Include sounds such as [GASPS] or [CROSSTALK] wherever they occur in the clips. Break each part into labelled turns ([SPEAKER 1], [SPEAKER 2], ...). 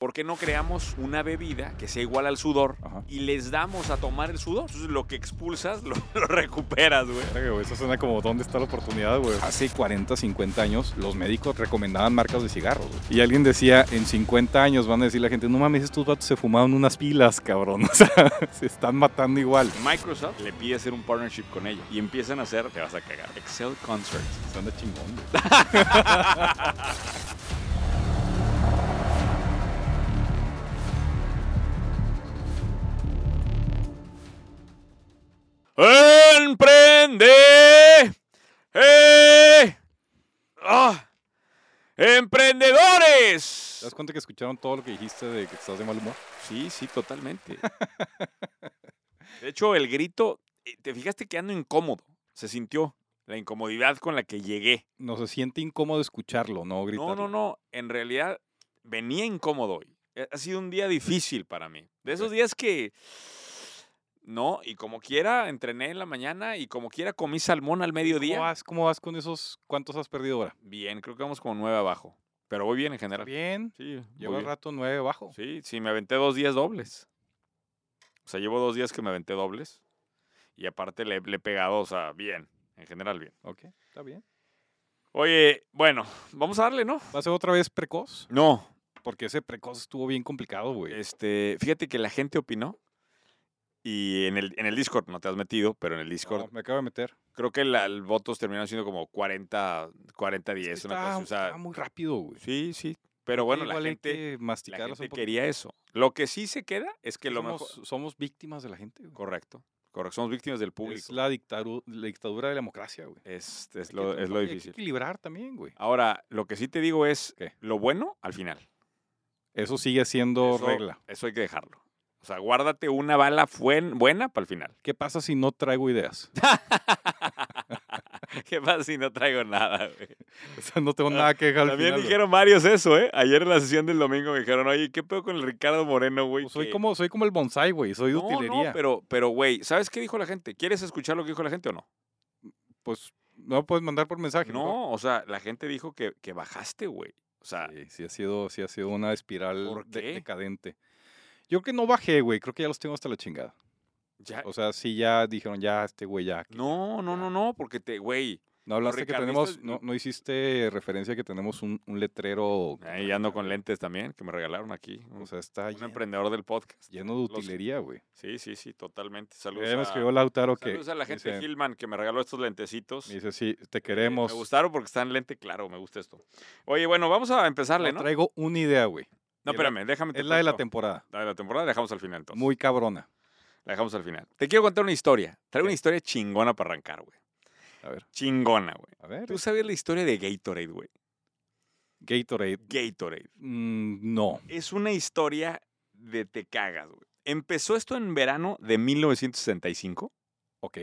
[SPEAKER 1] ¿por qué no creamos una bebida que sea igual al sudor
[SPEAKER 2] Ajá.
[SPEAKER 1] y les damos a tomar el sudor? Entonces lo que expulsas [LAUGHS] lo, lo recuperas, güey.
[SPEAKER 3] Verga, güey, Eso suena como dónde está la oportunidad, güey.
[SPEAKER 2] Hace 40, 50 años, los médicos recomendaban marcas de cigarros. güey. Y alguien decía, en 50 años van a decir la gente, no mames, estos vatos se fumaban unas pilas, cabrón. [LAUGHS] O sea, se están matando igual.
[SPEAKER 1] Microsoft le pide hacer un partnership con ellos y empiezan a hacer, te vas a cagar, Excel Concerts.
[SPEAKER 2] Suena chingón, güey.
[SPEAKER 1] ¡Emprende! ¡Eh! ¡Ah!
[SPEAKER 2] ¿Te
[SPEAKER 1] ¡Emprendedores!
[SPEAKER 2] das cuenta que escucharon todo lo que dijiste de que estás de mal humor?
[SPEAKER 1] Sí, sí, totalmente. De hecho, el grito, eh, ¿te fijaste que ando incómodo? Se sintió la incomodidad con la que llegué.
[SPEAKER 2] No se siente incómodo escucharlo, ¿no? Gritarlo.
[SPEAKER 1] No, no, no. En realidad, venía incómodo hoy. Eh, Ha sido un día difícil para mí. De esos días que. No, y como quiera, entrené en la mañana y como quiera, comí salmón al
[SPEAKER 2] ¿Cómo
[SPEAKER 1] mediodía.
[SPEAKER 2] vas, ¿Cómo vas con esos? ¿Cuántos has perdido ahora?
[SPEAKER 1] Bien, creo que vamos como nueve abajo. Pero voy bien en general.
[SPEAKER 2] Bien.
[SPEAKER 1] Sí, voy
[SPEAKER 2] Llevo
[SPEAKER 1] bien.
[SPEAKER 2] rato nueve bajo.
[SPEAKER 1] Sí, sí, me aventé dos días dobles. O sea, llevo dos días que me aventé dobles. Y aparte le, le he pegado, o sea, bien. En general, bien.
[SPEAKER 2] Ok, está bien.
[SPEAKER 1] Oye, bueno, vamos a darle, ¿no?
[SPEAKER 2] ¿Va a ser otra vez precoz?
[SPEAKER 1] No,
[SPEAKER 2] Porque ese precoz estuvo bien complicado, güey.
[SPEAKER 1] Este, fíjate que la gente opinó. Y en el, en el Discord, no te has metido, pero en el Discord,
[SPEAKER 2] No, Ah, me acabo de meter.
[SPEAKER 1] creo que la, el votos terminaron siendo como 40, 40, 10, una cosa
[SPEAKER 2] Está-
[SPEAKER 1] así, o sea,
[SPEAKER 2] está muy rápido, güey.
[SPEAKER 1] sí, sí. Pero bueno, la
[SPEAKER 2] Igual hay
[SPEAKER 1] gente,
[SPEAKER 2] que
[SPEAKER 1] la
[SPEAKER 2] masticarlas un
[SPEAKER 1] gente
[SPEAKER 2] poquito.
[SPEAKER 1] quería eso. Lo que sí se queda es que lo
[SPEAKER 2] somos,
[SPEAKER 1] mejor.
[SPEAKER 2] somos víctimas de la gente, güey.
[SPEAKER 1] Correcto, correcto. Somos víctimas del público.
[SPEAKER 2] Es
[SPEAKER 1] Es,
[SPEAKER 2] la, dictaru- la dictadura de la democracia, güey.
[SPEAKER 1] es
[SPEAKER 2] Hay que
[SPEAKER 1] lo, es
[SPEAKER 2] tratar-
[SPEAKER 1] lo
[SPEAKER 2] hay que
[SPEAKER 1] difícil.
[SPEAKER 2] equilibrar también, güey.
[SPEAKER 1] Ahora, lo que sí te digo es
[SPEAKER 2] ¿Qué?
[SPEAKER 1] lo bueno al final.
[SPEAKER 2] Eso sigue siendo
[SPEAKER 1] Eso-
[SPEAKER 2] regla.
[SPEAKER 1] Eso hay que dejarlo. O sea, guárdate una bala buen- buena para el final. [LAUGHS]
[SPEAKER 2] ¿Qué pasa si no traigo ideas? [LAUGHS]
[SPEAKER 1] ¿Qué pasa si no traigo nada, güey?
[SPEAKER 2] O sea, no tengo nada que dejar al
[SPEAKER 1] Ah, También
[SPEAKER 2] final, güey.
[SPEAKER 1] dijeron varios eso, ¿eh? Ayer en la sesión del domingo me dijeron, oye, ¿qué pedo con el Ricardo Moreno, güey?
[SPEAKER 2] Pues soy,
[SPEAKER 1] que-
[SPEAKER 2] como, soy como el bonsai, güey. Soy de
[SPEAKER 1] No,
[SPEAKER 2] utilería.
[SPEAKER 1] No, pero, pero, güey, ¿sabes qué dijo la gente? ¿Quieres escuchar lo que dijo la gente o no?
[SPEAKER 2] Pues no puedes mandar por mensaje. mejor.
[SPEAKER 1] No, o sea, la gente dijo que, que bajaste, güey. O sea,
[SPEAKER 2] Sí, sí ha sido, sí ha sido una espiral
[SPEAKER 1] ¿Por
[SPEAKER 2] de-
[SPEAKER 1] qué?
[SPEAKER 2] decadente. Yo creo que no bajé, güey. Creo que ya los tengo hasta la chingada.
[SPEAKER 1] ya...
[SPEAKER 2] O sea, sí ya dijeron, ya, este güey ya. que-
[SPEAKER 1] no, no,
[SPEAKER 2] ya.
[SPEAKER 1] no, no, porque te, güey,
[SPEAKER 2] No hablaste que
[SPEAKER 1] ricardistas-
[SPEAKER 2] tenemos, no, no hiciste referencia que tenemos un, un letrero. que
[SPEAKER 1] ahí
[SPEAKER 2] trae-
[SPEAKER 1] ando con lentes también, que me regalaron aquí. Un,
[SPEAKER 2] O sea, está
[SPEAKER 1] un
[SPEAKER 2] lleno,
[SPEAKER 1] emprendedor del podcast.
[SPEAKER 2] lleno de
[SPEAKER 1] los-
[SPEAKER 2] utilería, güey.
[SPEAKER 1] Sí, sí, sí, totalmente. Saludos,
[SPEAKER 2] Ya me
[SPEAKER 1] a,
[SPEAKER 2] escribió Lautaro que.
[SPEAKER 1] saludos a la gente de
[SPEAKER 2] dice-
[SPEAKER 1] Hillman que me regaló estos lentecitos.
[SPEAKER 2] Me dice, sí, te
[SPEAKER 1] Eh,
[SPEAKER 2] queremos.
[SPEAKER 1] Me gustaron porque están lente claro, me gusta esto. Oye, bueno, vamos a empezarle,
[SPEAKER 2] No
[SPEAKER 1] ¿no?
[SPEAKER 2] traigo una idea, güey.
[SPEAKER 1] No,
[SPEAKER 2] Y la-
[SPEAKER 1] espérame, déjame. te
[SPEAKER 2] Es la de la
[SPEAKER 1] cuento.
[SPEAKER 2] temporada.
[SPEAKER 1] La de la temporada la dejamos al final, entonces.
[SPEAKER 2] Muy cabrona.
[SPEAKER 1] La dejamos al final. Te quiero contar una historia. Traigo una
[SPEAKER 2] Ok.
[SPEAKER 1] historia chingona para arrancar, güey.
[SPEAKER 2] A ver,
[SPEAKER 1] Chingona, güey.
[SPEAKER 2] a ver.
[SPEAKER 1] ¿Tú sabes la historia de Gatorade, güey?
[SPEAKER 2] Gatorade.
[SPEAKER 1] Gatorade.
[SPEAKER 2] Mm, no.
[SPEAKER 1] Es una historia de te cagas, güey. Empezó esto en verano de 1965
[SPEAKER 2] Ok.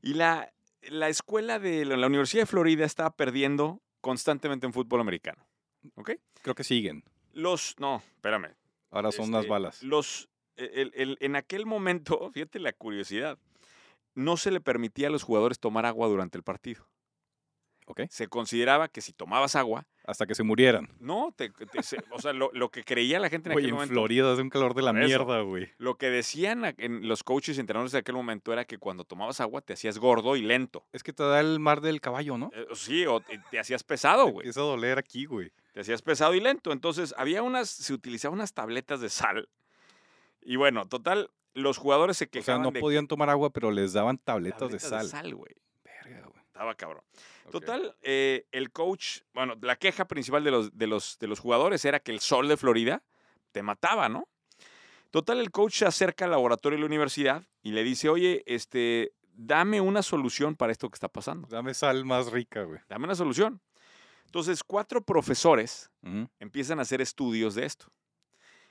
[SPEAKER 1] y la, la escuela de la la Universidad de Florida estaba perdiendo constantemente en fútbol americano. ¿Ok?
[SPEAKER 2] Creo que siguen.
[SPEAKER 1] Los. No, espérame.
[SPEAKER 2] Ahora son unas
[SPEAKER 1] Este,
[SPEAKER 2] balas.
[SPEAKER 1] Los, e, el- el- en aquel momento, [LAUGHS] fíjate la curiosidad, no se le permitía a los jugadores tomar agua durante el partido.
[SPEAKER 2] Ok.
[SPEAKER 1] Se consideraba que si tomabas agua,
[SPEAKER 2] Hasta que se murieran.
[SPEAKER 1] no, te, te- se- o sea, lo, lo que creía la gente en
[SPEAKER 2] Güey,
[SPEAKER 1] aquel
[SPEAKER 2] en
[SPEAKER 1] momento,
[SPEAKER 2] Florida hace un calor de la
[SPEAKER 1] Por eso.
[SPEAKER 2] mierda, güey.
[SPEAKER 1] lo que decían a- en los coaches y entrenadores de aquel momento era que cuando tomabas agua te hacías gordo y lento.
[SPEAKER 2] Es que te da el mar del caballo, ¿no?
[SPEAKER 1] Eh, Sí, o te, te hacías pesado, güey.
[SPEAKER 2] Empieza a doler aquí, güey.
[SPEAKER 1] Te hacías pesado y lento. Entonces, había unas, se utilizaban unas tabletas de sal. Y bueno, total, los jugadores se
[SPEAKER 2] O sea,
[SPEAKER 1] quejaban
[SPEAKER 2] no
[SPEAKER 1] de que
[SPEAKER 2] podían tomar agua, pero les daban tabletas, de sal.
[SPEAKER 1] güey.
[SPEAKER 2] Verga, güey.
[SPEAKER 1] Estaba cabrón.
[SPEAKER 2] Ok.
[SPEAKER 1] Total, eh, el coach, bueno, la queja principal de los, de, los, de los jugadores era que el sol de Florida te mataba, ¿no? Total, el coach se acerca al laboratorio de la universidad y le dice, oye, este, dame una solución para esto que está pasando.
[SPEAKER 2] Dame sal más rica, güey.
[SPEAKER 1] Dame una solución. Entonces, cuatro profesores
[SPEAKER 2] Ujú.
[SPEAKER 1] empiezan a hacer estudios de esto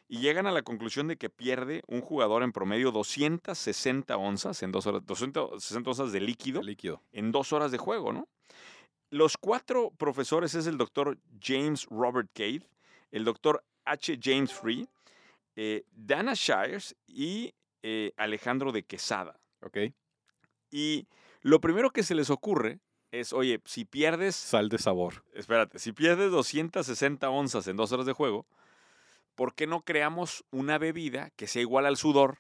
[SPEAKER 1] y llegan a la conclusión de que pierde un jugador en promedio 260 onzas, en dos horas, 260 onzas de líquido
[SPEAKER 2] El líquido.
[SPEAKER 1] en dos horas de juego, ¿no? Los cuatro profesores es el doctor James Robert Cade, el doctor H. James Free, eh, Dana Shires y eh, Alejandro de Quesada.
[SPEAKER 2] Ok.
[SPEAKER 1] Y lo primero que se les ocurre es, oye, si pierdes,
[SPEAKER 2] Sal de sabor.
[SPEAKER 1] espérate, si pierdes 260 onzas en dos horas de juego, ¿por qué no creamos una bebida que sea igual al sudor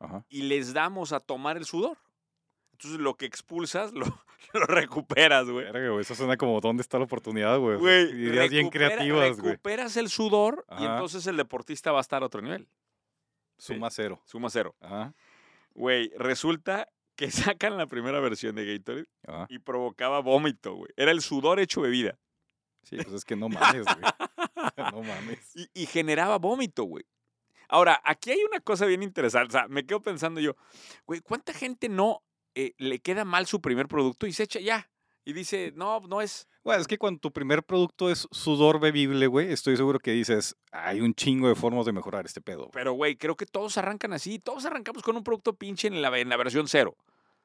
[SPEAKER 2] Ajá.
[SPEAKER 1] y les damos a tomar el sudor? Entonces lo que expulsas [LAUGHS] lo, lo recuperas, güey.
[SPEAKER 2] Verga, güey, Eso suena como dónde está la oportunidad, güey.
[SPEAKER 1] Güey,
[SPEAKER 2] Ideas Pues, bien
[SPEAKER 1] recupera-
[SPEAKER 2] creativas, güey.
[SPEAKER 1] Recuperas el sudor y
[SPEAKER 2] Ajá.
[SPEAKER 1] entonces el deportista va a estar a otro nivel.
[SPEAKER 2] Suma cero.
[SPEAKER 1] Suma cero.
[SPEAKER 2] Ajá.
[SPEAKER 1] Güey, resulta que [LAUGHS] sacan la primera versión de Gatorade
[SPEAKER 2] Ajá.
[SPEAKER 1] y provocaba vómito, güey. Era el sudor hecho bebida.
[SPEAKER 2] Sí, pues es que
[SPEAKER 1] [LAUGHS]
[SPEAKER 2] no mames, güey. [LAUGHS] No mames.
[SPEAKER 1] y, y generaba vómito, güey. Ahora, aquí hay una cosa bien interesante. O sea, me quedo pensando yo, güey, ¿cuánta gente no eh, le queda mal su primer producto y se echa ya? Y dice, no, no es.
[SPEAKER 2] Bueno, es que cuando tu primer producto es sudor bebible, güey, estoy seguro que dices, hay un chingo de formas de mejorar este pedo. güey".
[SPEAKER 1] Pero, güey, creo que todos arrancan así. Todos arrancamos con un producto pinche en la, en la versión cero.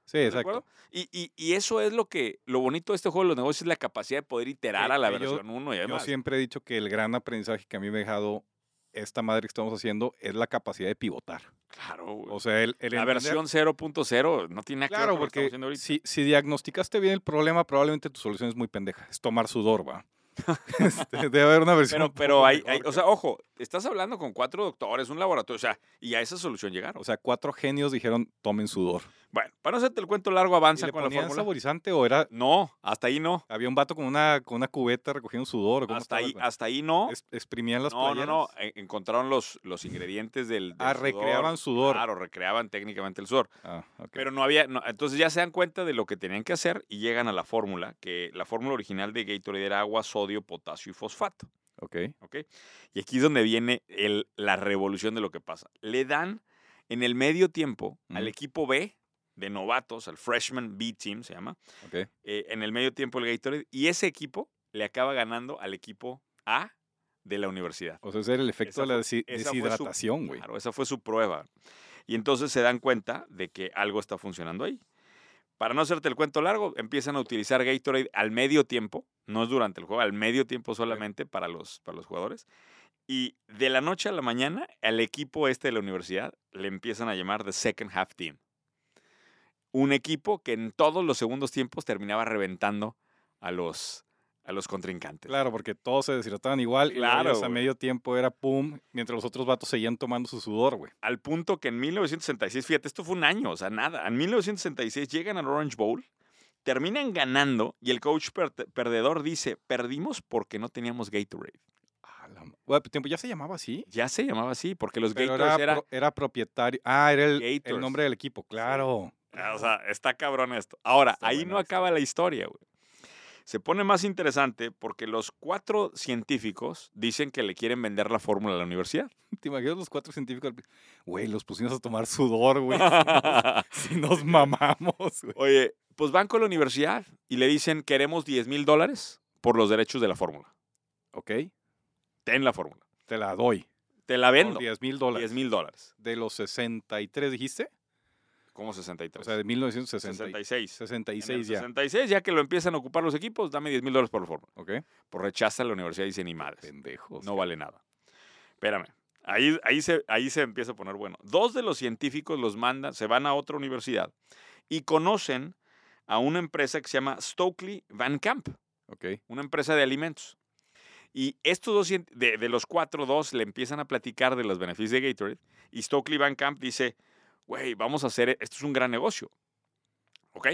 [SPEAKER 2] Sí,
[SPEAKER 1] ¿De acuerdo?
[SPEAKER 2] exacto.
[SPEAKER 1] Y, y- y eso es lo que, lo bonito de este juego de los negocios es la capacidad de poder iterar
[SPEAKER 2] Que-
[SPEAKER 1] a la
[SPEAKER 2] que yo-
[SPEAKER 1] versión uno y
[SPEAKER 2] Yo
[SPEAKER 1] además.
[SPEAKER 2] siempre he dicho que el gran aprendizaje que a mí me ha dejado esta madre que estamos haciendo es la capacidad de pivotar.
[SPEAKER 1] claro, güey.
[SPEAKER 2] O sea, el, el
[SPEAKER 1] la
[SPEAKER 2] entender-
[SPEAKER 1] versión 0.0 no tiene nada que
[SPEAKER 2] Claro,
[SPEAKER 1] ver con lo que
[SPEAKER 2] porque
[SPEAKER 1] estamos haciendo ahorita.
[SPEAKER 2] si, [LAUGHS] si diagnosticaste bien el problema, probablemente tu solución es muy pendeja. Es tomar sudor,
[SPEAKER 1] [LAUGHS]
[SPEAKER 2] va. [LAUGHS] Este, debe haber una versión.
[SPEAKER 1] Pero,
[SPEAKER 2] un
[SPEAKER 1] pero
[SPEAKER 2] poco
[SPEAKER 1] hay,
[SPEAKER 2] mejor,
[SPEAKER 1] hay- o sea,
[SPEAKER 2] cabrón.
[SPEAKER 1] ojo, estás hablando con cuatro doctores, un laboratorio, o sea, y a esa solución llegaron.
[SPEAKER 2] o sea, cuatro genios dijeron tomen sudor.
[SPEAKER 1] Bueno, para no hacerte el cuento largo,
[SPEAKER 2] ¿Y
[SPEAKER 1] avanza
[SPEAKER 2] ¿Le
[SPEAKER 1] con la
[SPEAKER 2] ponían
[SPEAKER 1] fórmula.
[SPEAKER 2] saborizante o era
[SPEAKER 1] No, hasta ahí no.
[SPEAKER 2] había un vato con una con una cubeta recogiendo sudor? o cómo
[SPEAKER 1] Hasta
[SPEAKER 2] estaba el
[SPEAKER 1] ahí,
[SPEAKER 2] pedo?
[SPEAKER 1] hasta ahí no.
[SPEAKER 2] Es- exprimían las
[SPEAKER 1] No, no, no.
[SPEAKER 2] playeras?
[SPEAKER 1] eh, Encontraron los, los ingredientes del, del
[SPEAKER 2] Ah,
[SPEAKER 1] sudor.
[SPEAKER 2] recreaban sudor.
[SPEAKER 1] Claro, recreaban técnicamente el sudor.
[SPEAKER 2] Ah, ok.
[SPEAKER 1] Pero no había. no, entonces ya se dan cuenta de lo que tenían que hacer y llegan a la fórmula, que la fórmula original de Gatorade era agua, sodio, potasio y fosfato.
[SPEAKER 2] Ok.
[SPEAKER 1] ¿ok? Y aquí es donde viene el- la revolución de lo que pasa. Le dan en el medio tiempo al
[SPEAKER 2] Ujú.
[SPEAKER 1] equipo B de novatos, al freshman B team se llama,
[SPEAKER 2] ok.
[SPEAKER 1] eh, en el medio tiempo el Gatorade, y ese equipo le acaba ganando al equipo A de la universidad.
[SPEAKER 2] O sea, ese era el efecto
[SPEAKER 1] Esa
[SPEAKER 2] de
[SPEAKER 1] fue-
[SPEAKER 2] la desi-
[SPEAKER 1] esa fue su-
[SPEAKER 2] deshidratación, güey.
[SPEAKER 1] Claro, esa fue su prueba. Y entonces se dan cuenta de que algo está funcionando ahí. Para no hacerte el cuento largo, empiezan a utilizar Gatorade al medio tiempo, no es durante el juego, al medio tiempo solamente para los, para los jugadores. Y de la noche a la mañana, al equipo este de la universidad le empiezan a llamar The Second Half Team. Un equipo que en todos los segundos tiempos terminaba reventando a los, a los contrincantes.
[SPEAKER 2] Claro, porque todos se deshidrataban igual.
[SPEAKER 1] Claro,
[SPEAKER 2] Claro. a
[SPEAKER 1] güey.
[SPEAKER 2] medio tiempo era pum, mientras los otros vatos seguían tomando su sudor, güey.
[SPEAKER 1] al punto que en 1966, fíjate, esto fue un año, o sea, nada. En 1966 llegan al Orange Bowl, terminan ganando y el coach per- perdedor dice, perdimos porque no teníamos Gatorade.
[SPEAKER 2] A la ma- Güey, pero tiempo ya se llamaba así.
[SPEAKER 1] Ya se llamaba así, porque los
[SPEAKER 2] Pero
[SPEAKER 1] Gators
[SPEAKER 2] era,
[SPEAKER 1] era...
[SPEAKER 2] pro- era propietario. Ah, era el, el
[SPEAKER 1] Gators.
[SPEAKER 2] nombre del equipo, claro. [LAUGHS]
[SPEAKER 1] ah, O sea, está cabrón esto. Ahora,
[SPEAKER 2] Está
[SPEAKER 1] ahí
[SPEAKER 2] bueno
[SPEAKER 1] no
[SPEAKER 2] esto.
[SPEAKER 1] acaba la historia, güey. Se pone más interesante porque los cuatro científicos dicen que le quieren vender la fórmula a la universidad. [LAUGHS]
[SPEAKER 2] ¿Te imaginas los cuatro científicos? al pri- Güey, los pusimos a tomar
[SPEAKER 1] [LAUGHS]
[SPEAKER 2] sudor, güey. si nos mamamos, güey.
[SPEAKER 1] Oye, pues van con la universidad y le dicen, queremos 10 mil dólares por los derechos de la fórmula.
[SPEAKER 2] Ok,
[SPEAKER 1] Ten la fórmula.
[SPEAKER 2] te la doy.
[SPEAKER 1] Te la
[SPEAKER 2] Por
[SPEAKER 1] vendo.
[SPEAKER 2] 10 mil dólares.
[SPEAKER 1] 10 mil dólares.
[SPEAKER 2] De los 63, dijiste.
[SPEAKER 1] ¿Cómo
[SPEAKER 2] O
[SPEAKER 1] 63?
[SPEAKER 2] sea, de 1966
[SPEAKER 1] 66. En el
[SPEAKER 2] 66 ya.
[SPEAKER 1] 66, ya que lo empiezan a ocupar los equipos, dame 10 mil dólares por la fórmula.
[SPEAKER 2] Ok.
[SPEAKER 1] Pues rechaza la universidad y dice, ni madres,
[SPEAKER 2] Pendejos.
[SPEAKER 1] no vale nada. Espérame, ahí, ahí, se, ahí se empieza a poner bueno. Dos de los científicos los mandan, se van a otra universidad y conocen a una empresa que se llama Stokely Van Camp,
[SPEAKER 2] Ok.
[SPEAKER 1] una empresa de alimentos. Y estos dos, cien- de, de los cuatro, dos le empiezan a platicar de los beneficios de Gatorade. Y Stokely Van Camp dice, güey, vamos a hacer, e- esto es un gran negocio. ¿Ok?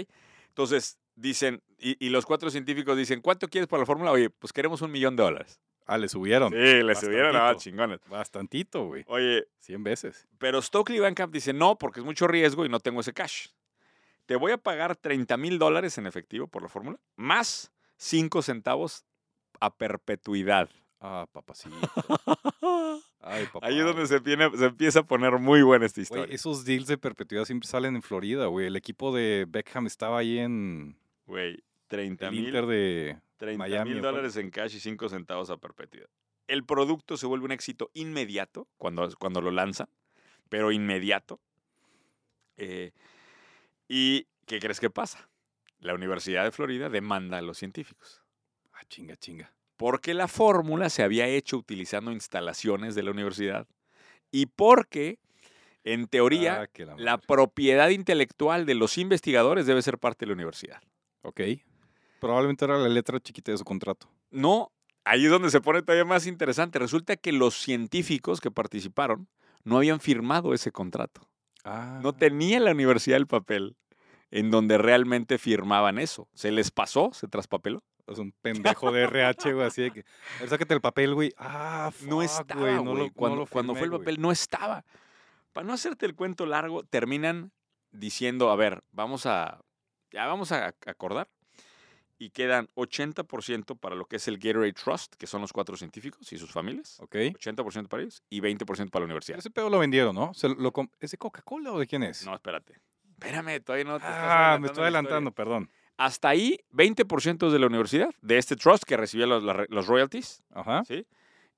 [SPEAKER 1] Entonces, dicen, y, y los cuatro científicos dicen, ¿cuánto quieres para la fórmula? Oye, pues queremos un millón de dólares.
[SPEAKER 2] Ah,
[SPEAKER 1] [LAUGHS]
[SPEAKER 2] le subieron.
[SPEAKER 1] Sí, le
[SPEAKER 2] subieron,
[SPEAKER 1] subieron
[SPEAKER 2] ah,
[SPEAKER 1] a chingones.
[SPEAKER 2] Bastantito, güey.
[SPEAKER 1] Oye,
[SPEAKER 2] 100 veces.
[SPEAKER 1] pero Stokely Van Camp dice, no, porque es mucho riesgo y no tengo ese cash. Te voy a pagar 30 mil dólares en efectivo por la fórmula, más 5 centavos a perpetuidad.
[SPEAKER 2] Ah, papacito.
[SPEAKER 1] [LAUGHS]
[SPEAKER 2] Ay,
[SPEAKER 1] [GASPS]
[SPEAKER 2] papá.
[SPEAKER 1] Ahí es donde se, viene- se empieza a poner muy buena esta
[SPEAKER 2] Güey,
[SPEAKER 1] historia.
[SPEAKER 2] esos deals de perpetuidad siempre salen en Florida, güey. El equipo de Beckham estaba ahí en
[SPEAKER 1] Güey, 30
[SPEAKER 2] el Inter de... Miami,
[SPEAKER 1] mil
[SPEAKER 2] ¿o cuál?
[SPEAKER 1] dólares en cash y 5 centavos a perpetuidad. El producto se vuelve un éxito inmediato cuando, cuando lo lanzan, pero inmediato. Eh, ¿Y qué crees que pasa? La Universidad de Florida demanda a los científicos.
[SPEAKER 2] Ah, chinga, chinga.
[SPEAKER 1] Porque la fórmula se había hecho utilizando instalaciones de la universidad y porque, en teoría,
[SPEAKER 2] Ah, que la
[SPEAKER 1] La
[SPEAKER 2] madre.
[SPEAKER 1] propiedad intelectual de los investigadores debe ser parte de la universidad.
[SPEAKER 2] Ok. Probablemente era la letra chiquita de su contrato.
[SPEAKER 1] No, ahí es donde se pone todavía más interesante. Resulta que los científicos que participaron no habían firmado ese contrato.
[SPEAKER 2] Ah,
[SPEAKER 1] No tenía la universidad el papel en donde realmente firmaban eso. Se les pasó, se traspapeló.
[SPEAKER 2] es un pendejo de RH, güey, así de que. A ver, sácate el papel, güey. Ah, fuck,
[SPEAKER 1] No estaba,
[SPEAKER 2] güey.
[SPEAKER 1] güey.
[SPEAKER 2] no lo- no
[SPEAKER 1] cuando,
[SPEAKER 2] lo
[SPEAKER 1] cuando
[SPEAKER 2] firmé,
[SPEAKER 1] fue el
[SPEAKER 2] güey.
[SPEAKER 1] papel, no estaba. Para no hacerte el cuento largo, terminan diciendo, a ver, vamos a, ya vamos a ac- acordar. Y quedan 80% para lo que es el Gatorade Trust, que son los cuatro científicos y sus familias.
[SPEAKER 2] Ok.
[SPEAKER 1] 80% para ellos y 20% para la
[SPEAKER 2] Pero
[SPEAKER 1] universidad.
[SPEAKER 2] ese pedo lo vendieron, ¿no? Se lo com- ¿Es de Coca-Cola o de quién es?
[SPEAKER 1] No, espérate. Espérame, todavía no te estás
[SPEAKER 2] ah,
[SPEAKER 1] la
[SPEAKER 2] me estoy
[SPEAKER 1] historia.
[SPEAKER 2] adelantando, perdón.
[SPEAKER 1] Hasta ahí, 20% es de la universidad, de este trust que recibía los, la- los royalties,
[SPEAKER 2] Ajá.
[SPEAKER 1] ¿sí?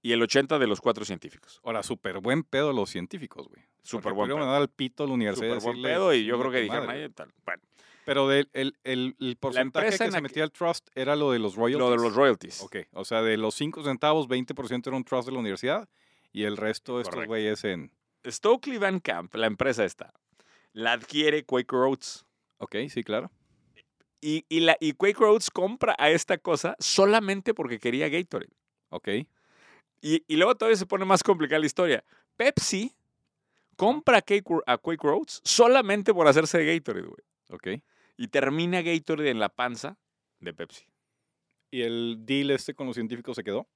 [SPEAKER 1] Y el 80% de los cuatro científicos.
[SPEAKER 2] Ahora, súper buen pedo los científicos, güey.
[SPEAKER 1] Súper buen pedo.
[SPEAKER 2] mandar al pito a la universidad. y
[SPEAKER 1] Súper buen
[SPEAKER 2] decirle,
[SPEAKER 1] pedo y yo
[SPEAKER 2] "Chinga
[SPEAKER 1] creo que
[SPEAKER 2] tu
[SPEAKER 1] dijeron,
[SPEAKER 2] madre".
[SPEAKER 1] "Ay, tal". Bueno,
[SPEAKER 2] Pero del- el, el, el porcentaje
[SPEAKER 1] empresa
[SPEAKER 2] que
[SPEAKER 1] en
[SPEAKER 2] se
[SPEAKER 1] la que-
[SPEAKER 2] metía al trust era lo de los royalties.
[SPEAKER 1] lo de los royalties.
[SPEAKER 2] pues, Ok, o sea, de los 5 centavos, 20% era un trust de la universidad y el resto de estos
[SPEAKER 1] Correcto.
[SPEAKER 2] güeyes en...
[SPEAKER 1] Stokely Van Camp, la empresa esta, la adquiere Quaker Oats.
[SPEAKER 2] Ok, sí, claro.
[SPEAKER 1] Y, y, la, y Quaker Oats compra a esta cosa solamente porque quería Gatorade.
[SPEAKER 2] Ok.
[SPEAKER 1] Y, y luego todavía se pone más complicada la historia. Pepsi compra a Quaker, a Quaker Oats solamente por hacerse de Gatorade, güey.
[SPEAKER 2] Ok.
[SPEAKER 1] Y termina Gatorade en la panza de Pepsi.
[SPEAKER 2] ¿Y el deal este con los científicos se quedó?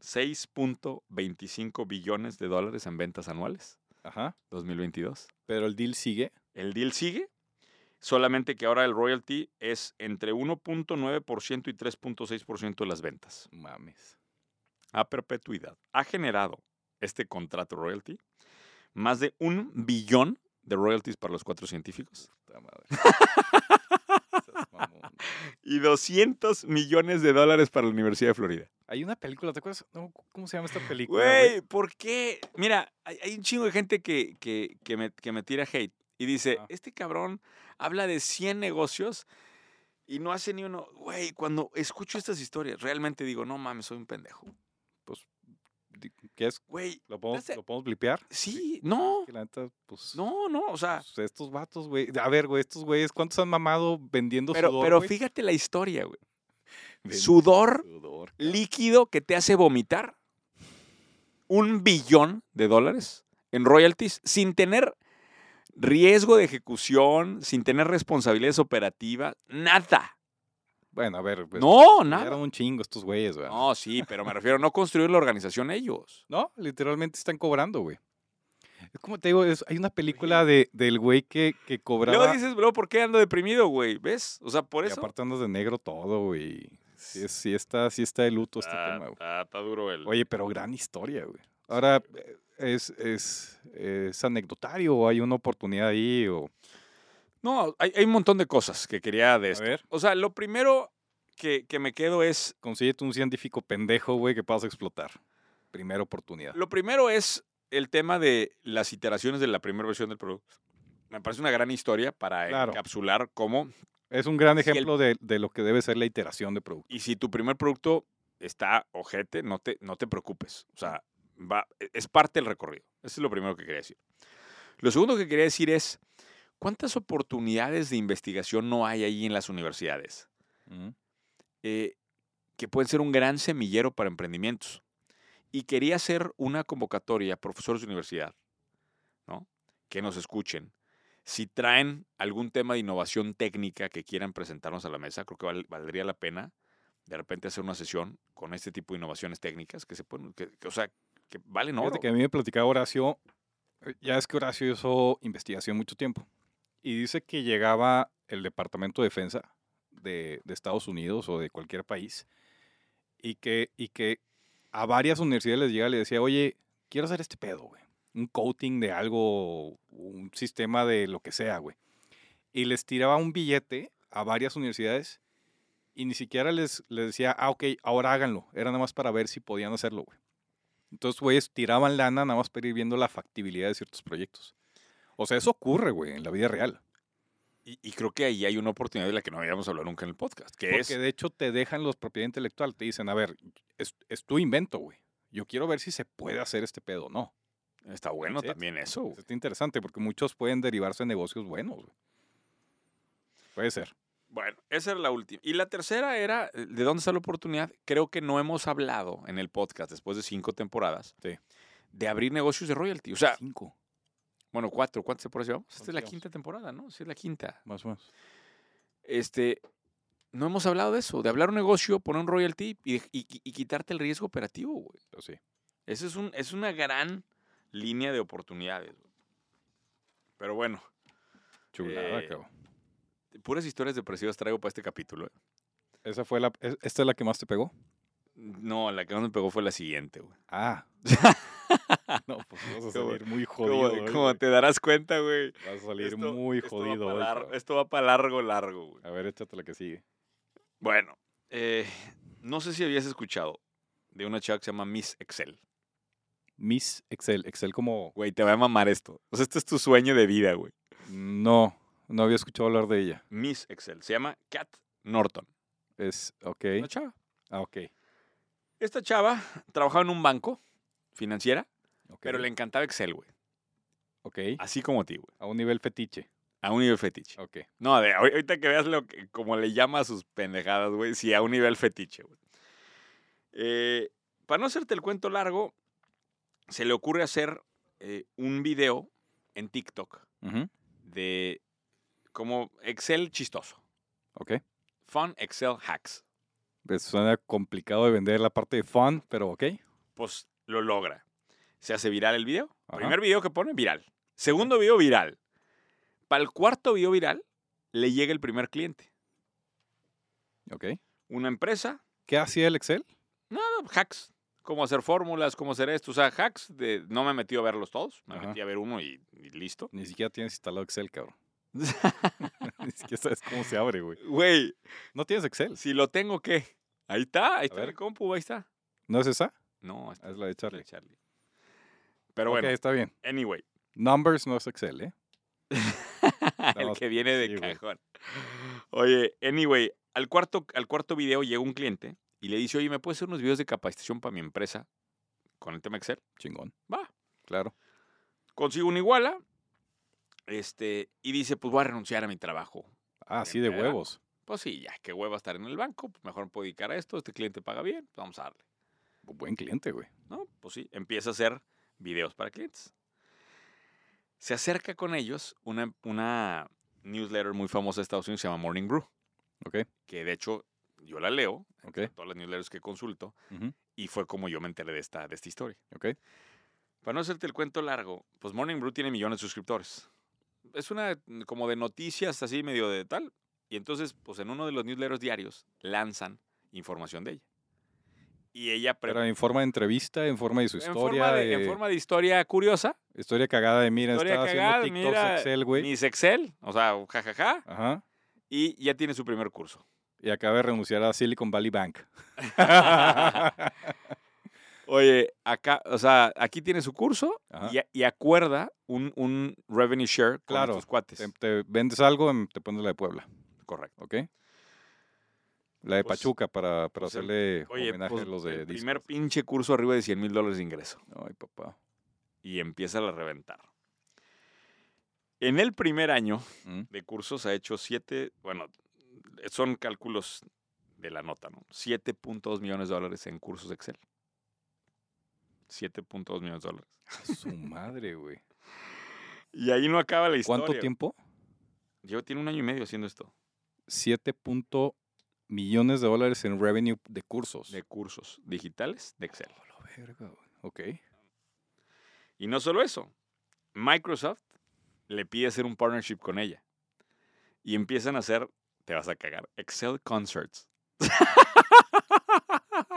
[SPEAKER 1] 6.25 billones de dólares en ventas anuales,
[SPEAKER 2] Ajá.
[SPEAKER 1] 2022.
[SPEAKER 2] Pero el deal sigue.
[SPEAKER 1] El deal sigue, solamente que ahora el royalty es entre 1.9% y 3.6% de las ventas.
[SPEAKER 2] Mames.
[SPEAKER 1] A perpetuidad. Ha generado este contrato royalty más de un billón de royalties para los cuatro científicos [LAUGHS]
[SPEAKER 2] Puta madre. Seas mamón.
[SPEAKER 1] y 200 millones de dólares para la Universidad de Florida.
[SPEAKER 2] Hay una película, ¿te acuerdas? No, ¿Cómo se llama esta película?
[SPEAKER 1] Güey, ¿por qué? Mira, hay, hay un chingo de gente que, que, que me, que me tira hate y dice,
[SPEAKER 2] Ajá.
[SPEAKER 1] este cabrón habla de 100 negocios y no hace ni uno. Güey, cuando escucho estas historias, realmente digo, no mames, soy un pendejo.
[SPEAKER 2] Di- ¿Qué es?
[SPEAKER 1] Güey,
[SPEAKER 2] ¿Lo podemos,
[SPEAKER 1] Ese-
[SPEAKER 2] ¿Lo podemos blipear?
[SPEAKER 1] sí, no,
[SPEAKER 2] Que la neta, pues...
[SPEAKER 1] no, ah. no, o sea,
[SPEAKER 2] pues, estos vatos, güey. A ver, güey, estos güeyes, ¿cuántos han mamado vendiendo
[SPEAKER 1] pero,
[SPEAKER 2] sudor,
[SPEAKER 1] pero
[SPEAKER 2] güey?
[SPEAKER 1] fíjate la historia, güey.
[SPEAKER 2] Vendiendo
[SPEAKER 1] Sudor
[SPEAKER 2] sudor, cabrón.
[SPEAKER 1] líquido que te hace vomitar un billón de dólares en royalties sin tener riesgo de ejecución, sin tener responsabilidades operativas, nada.
[SPEAKER 2] Bueno, a ver, pues,
[SPEAKER 1] no,
[SPEAKER 2] Era
[SPEAKER 1] nada.
[SPEAKER 2] un chingo estos güeyes, güey. No.
[SPEAKER 1] No, sí, pero me refiero a no construir la organización ellos.
[SPEAKER 2] literalmente están cobrando, güey. Es como te digo, es- hay una película de, del güey que, que cobraba.
[SPEAKER 1] Luego dices, bro, ¿por qué ando deprimido, güey? ¿Ves? O sea, por
[SPEAKER 2] y
[SPEAKER 1] eso.
[SPEAKER 2] aparte andas de negro todo, güey. Sí, es- sí está, sí está de luto este
[SPEAKER 1] Ah,
[SPEAKER 2] tema, güey.
[SPEAKER 1] ah, está duro el.
[SPEAKER 2] Oye, pero gran historia, güey. Ahora, eh, ¿es, es, es anecdotario o hay una oportunidad ahí? O...
[SPEAKER 1] No, hay, hay un montón de cosas que quería de
[SPEAKER 2] A
[SPEAKER 1] esto.
[SPEAKER 2] ver,
[SPEAKER 1] O sea, lo primero que, que me quedo es
[SPEAKER 2] consíguete un científico pendejo, güey, que puedas explotar. Primera oportunidad.
[SPEAKER 1] Lo primero es el tema de las iteraciones de la primera versión del producto. Me parece una gran historia para
[SPEAKER 2] Claro.
[SPEAKER 1] encapsular cómo
[SPEAKER 2] Es un gran
[SPEAKER 1] Si el-
[SPEAKER 2] ejemplo de, de lo que debe ser la iteración de producto.
[SPEAKER 1] y si tu primer producto está ojete, no te, no te preocupes. O sea, va, e, es parte del recorrido. Eso es lo primero que quería decir. Lo segundo que quería decir es, ¿cuántas oportunidades de investigación no hay ahí en las universidades?
[SPEAKER 2] Ujú.
[SPEAKER 1] eh, que pueden ser un gran semillero para emprendimientos. Y quería hacer una convocatoria a profesores de universidad, ¿no? Que nos escuchen. Si traen algún tema de innovación técnica que quieran presentarnos a la mesa, creo que val- valdría la pena de repente hacer una sesión con este tipo de innovaciones técnicas que se pueden, que- que, o sea, que valen oro.
[SPEAKER 2] Fíjate que a mí me platicaba Horacio, eh, ya es que Horacio hizo investigación mucho tiempo, y dice que llegaba el Departamento de Defensa de, de Estados Unidos o de cualquier país, y que, y que a varias universidades les llegaba y les decía, oye, quiero hacer este pedo, güey, un coating de algo, un sistema de lo que sea, güey. Y les tiraba un billete a varias universidades y ni siquiera les, les decía, ah, ok, ahora háganlo. Era nada más para ver si podían hacerlo, güey. Entonces, güeyes tiraban lana nada más para ir viendo la factibilidad de ciertos proyectos. O sea, eso ocurre, güey, en la vida real.
[SPEAKER 1] Y, y creo que ahí hay una oportunidad de la que no habíamos hablado nunca en el podcast, que
[SPEAKER 2] Porque
[SPEAKER 1] es
[SPEAKER 2] de hecho te dejan los propiedad intelectual, te dicen, a ver, es, es tu invento, güey. Yo quiero ver si se puede hacer este pedo o no.
[SPEAKER 1] está bueno
[SPEAKER 2] Sí.
[SPEAKER 1] también eso. güey.
[SPEAKER 2] Eso está interesante porque muchos pueden derivarse en negocios buenos, güey. Puede ser.
[SPEAKER 1] Bueno, esa era la última. Y la tercera era, eh, ¿de dónde está la oportunidad? Creo que no hemos hablado en el podcast después de cinco temporadas
[SPEAKER 2] Sí.
[SPEAKER 1] de abrir negocios de royalty. O sea,
[SPEAKER 2] Cinco,
[SPEAKER 1] bueno, cuatro, ¿cuántas temporadas llevamos? Esta es la
[SPEAKER 3] Llevamos.
[SPEAKER 1] quinta temporada, ¿no? Sí, es la quinta.
[SPEAKER 2] más o menos.
[SPEAKER 1] Este, no hemos hablado de eso, de hablar un negocio, poner un royalty y, y- y- y quitarte el riesgo operativo, güey.
[SPEAKER 2] Pero sí.
[SPEAKER 1] Esa es, un, es una gran línea de oportunidades. güey. Pero bueno,
[SPEAKER 2] Chulada,
[SPEAKER 1] Eh,
[SPEAKER 2] cabrón.
[SPEAKER 1] puras historias depresivas traigo para este capítulo. ¿eh?
[SPEAKER 2] Esa fue la, es- ¿Esta es la que más te pegó?
[SPEAKER 1] No, la que más me pegó fue la siguiente, güey. [LAUGHS]
[SPEAKER 2] Ah. no, pues vas a
[SPEAKER 1] Como-
[SPEAKER 2] salir muy jodido.
[SPEAKER 1] Como,
[SPEAKER 2] hoy,
[SPEAKER 1] como
[SPEAKER 2] güey.
[SPEAKER 1] te darás cuenta, güey.
[SPEAKER 2] Vas a salir
[SPEAKER 1] Esto-
[SPEAKER 2] muy
[SPEAKER 1] esto va
[SPEAKER 2] jodido.
[SPEAKER 1] pa
[SPEAKER 2] hoy,
[SPEAKER 1] lar-
[SPEAKER 2] cabrón.
[SPEAKER 1] esto va para largo, largo, güey.
[SPEAKER 2] A ver, échate la que sigue.
[SPEAKER 1] Bueno, eh, no sé si habías escuchado de una chava que se llama Miss Excel.
[SPEAKER 2] Miss Excel. Excel como...
[SPEAKER 1] Güey, te va a mamar esto. O sea, este es tu sueño de vida, güey.
[SPEAKER 2] No, no había escuchado hablar de ella.
[SPEAKER 1] Miss Excel. Se llama Kat Norton.
[SPEAKER 2] Es... Ok.
[SPEAKER 1] Una chava.
[SPEAKER 2] Ah, ok.
[SPEAKER 1] Esta chava trabajaba en un banco financiera,
[SPEAKER 2] ok,
[SPEAKER 1] pero le Ah. encantaba Excel, güey.
[SPEAKER 2] Ok.
[SPEAKER 1] Así como a ti, güey.
[SPEAKER 2] A un nivel fetiche.
[SPEAKER 1] A un nivel fetiche.
[SPEAKER 2] Ok.
[SPEAKER 1] No, a ver, ahor- ahorita que veas lo que, como le llama a sus pendejadas, güey. Sí, a un nivel fetiche, güey. Eh, para no hacerte el cuento largo, se le ocurre hacer eh, un video en TikTok
[SPEAKER 2] Ujú,
[SPEAKER 1] de como Excel chistoso.
[SPEAKER 2] Ok.
[SPEAKER 1] Fun Excel hacks.
[SPEAKER 2] Pues suena complicado de vender la parte de fun, pero ok.
[SPEAKER 1] Pues lo logra. Se hace viral el video.
[SPEAKER 2] Ajá.
[SPEAKER 1] Primer video que pone, viral. Segundo video, viral. Para el cuarto video viral, le llega el primer cliente.
[SPEAKER 2] Ok.
[SPEAKER 1] Una empresa,
[SPEAKER 2] ¿Qué hacía el Excel?
[SPEAKER 1] nada, hacks. Cómo hacer fórmulas, cómo hacer esto. O sea, hacks. De, no me he metido a verlos todos. Me
[SPEAKER 2] Ajá.
[SPEAKER 1] metí a ver uno y, y listo.
[SPEAKER 2] Ni siquiera tienes instalado Excel, cabrón. [LAUGHS] Ni siquiera sabes cómo se abre, güey.
[SPEAKER 1] Güey,
[SPEAKER 2] No tienes Excel.
[SPEAKER 1] Pues, si lo tengo, ¿qué? Ahí está, ahí está
[SPEAKER 2] ver.
[SPEAKER 1] el compu, ahí está.
[SPEAKER 2] ¿No es esa?
[SPEAKER 1] No, esta
[SPEAKER 2] Ah, Es la de
[SPEAKER 1] es la
[SPEAKER 2] Charlie.
[SPEAKER 1] de Charlie. Pero bueno,
[SPEAKER 2] Ok, está bien.
[SPEAKER 1] anyway. [LAUGHS]
[SPEAKER 2] Numbers no es Excel, ¿eh?
[SPEAKER 1] el
[SPEAKER 2] más-
[SPEAKER 1] que viene de
[SPEAKER 2] sí, güey.
[SPEAKER 1] cajón. Oye, anyway, al cuarto, al cuarto video llega un cliente y le dice, oye, ¿me puedes hacer unos videos de capacitación para mi empresa con el tema Excel?
[SPEAKER 2] Chingón.
[SPEAKER 1] Va.
[SPEAKER 2] Claro.
[SPEAKER 1] Consigo una iguala este, y dice, pues voy a renunciar a mi trabajo.
[SPEAKER 2] Ah, sí, de
[SPEAKER 1] Bien, ¿verdad?
[SPEAKER 2] huevos.
[SPEAKER 1] Pues sí, ya, qué hueva estar en el banco, pues mejor me puedo dedicar a esto, este cliente paga bien, pues vamos a darle.
[SPEAKER 2] Buen cliente, güey.
[SPEAKER 1] ¿no? Pues sí, empieza a hacer videos para clientes. Se acerca con ellos una, una newsletter muy famosa de Estados Unidos, se llama Morning Brew.
[SPEAKER 2] Ok.
[SPEAKER 1] Que de hecho yo la leo,
[SPEAKER 2] Ok.
[SPEAKER 1] todas las newsletters que consulto,
[SPEAKER 2] Ujú,
[SPEAKER 1] y fue como yo me enteré de esta, de esta historia.
[SPEAKER 2] Ok.
[SPEAKER 1] Para no hacerte el cuento largo, pues Morning Brew tiene millones de suscriptores. Es una mm, como de noticias así medio de tal. Y entonces, pues en uno de los newsletters diarios lanzan información de ella. Y ella pre-
[SPEAKER 2] Pero en forma de entrevista, en forma de su
[SPEAKER 1] en
[SPEAKER 2] historia.
[SPEAKER 1] forma de- en
[SPEAKER 2] de-
[SPEAKER 1] forma de historia curiosa,
[SPEAKER 2] Historia cagada de, mira,
[SPEAKER 1] Historia
[SPEAKER 2] estaba
[SPEAKER 1] cagada,
[SPEAKER 2] haciendo TikToks
[SPEAKER 1] mira,
[SPEAKER 2] Excel, güey.
[SPEAKER 1] Miss Excel, o sea, jajaja,
[SPEAKER 2] Ajá.
[SPEAKER 1] y ya tiene su primer curso.
[SPEAKER 2] Y acaba de renunciar a Silicon
[SPEAKER 1] [LAUGHS]
[SPEAKER 2] Valley Bank. [LAUGHS]
[SPEAKER 1] Oye, acá, o sea, aquí tiene su curso
[SPEAKER 2] Ajá.
[SPEAKER 1] y, y acuerda un, un revenue share con
[SPEAKER 2] Claro, em,
[SPEAKER 1] tus cuates.
[SPEAKER 2] Te, te vendes algo, em, te pones la de Puebla,
[SPEAKER 1] Correcto.
[SPEAKER 2] ¿ok? La
[SPEAKER 1] Pues,
[SPEAKER 2] de Pachuca para, para
[SPEAKER 1] pues el-
[SPEAKER 2] hacerle
[SPEAKER 1] Oye,
[SPEAKER 2] homenaje
[SPEAKER 1] pues,
[SPEAKER 2] a los de
[SPEAKER 1] el
[SPEAKER 2] disco.
[SPEAKER 1] primer pinche curso arriba de 100 mil dólares de ingreso
[SPEAKER 2] Ay, papá.
[SPEAKER 1] y empieza a reventar. En el primer año [LAUGHS]
[SPEAKER 2] Mm,
[SPEAKER 1] de cursos ha hecho 7, bueno, son cálculos de la nota, ¿no? 7.2 millones de dólares en cursos de Excel. 7.2 millones de dólares.
[SPEAKER 2] a Su madre, güey.
[SPEAKER 1] Y ahí no acaba la historia.
[SPEAKER 2] ¿Cuánto tiempo?
[SPEAKER 1] Yo tiene un año y medio haciendo esto.
[SPEAKER 2] 7 punto millones de dólares en revenue de cursos.
[SPEAKER 1] De cursos digitales de Excel.
[SPEAKER 2] A la verga, güey. Ok.
[SPEAKER 1] Y no solo eso. Microsoft le pide hacer un partnership con ella. Y empiezan a hacer, te vas a cagar, Excel Concerts.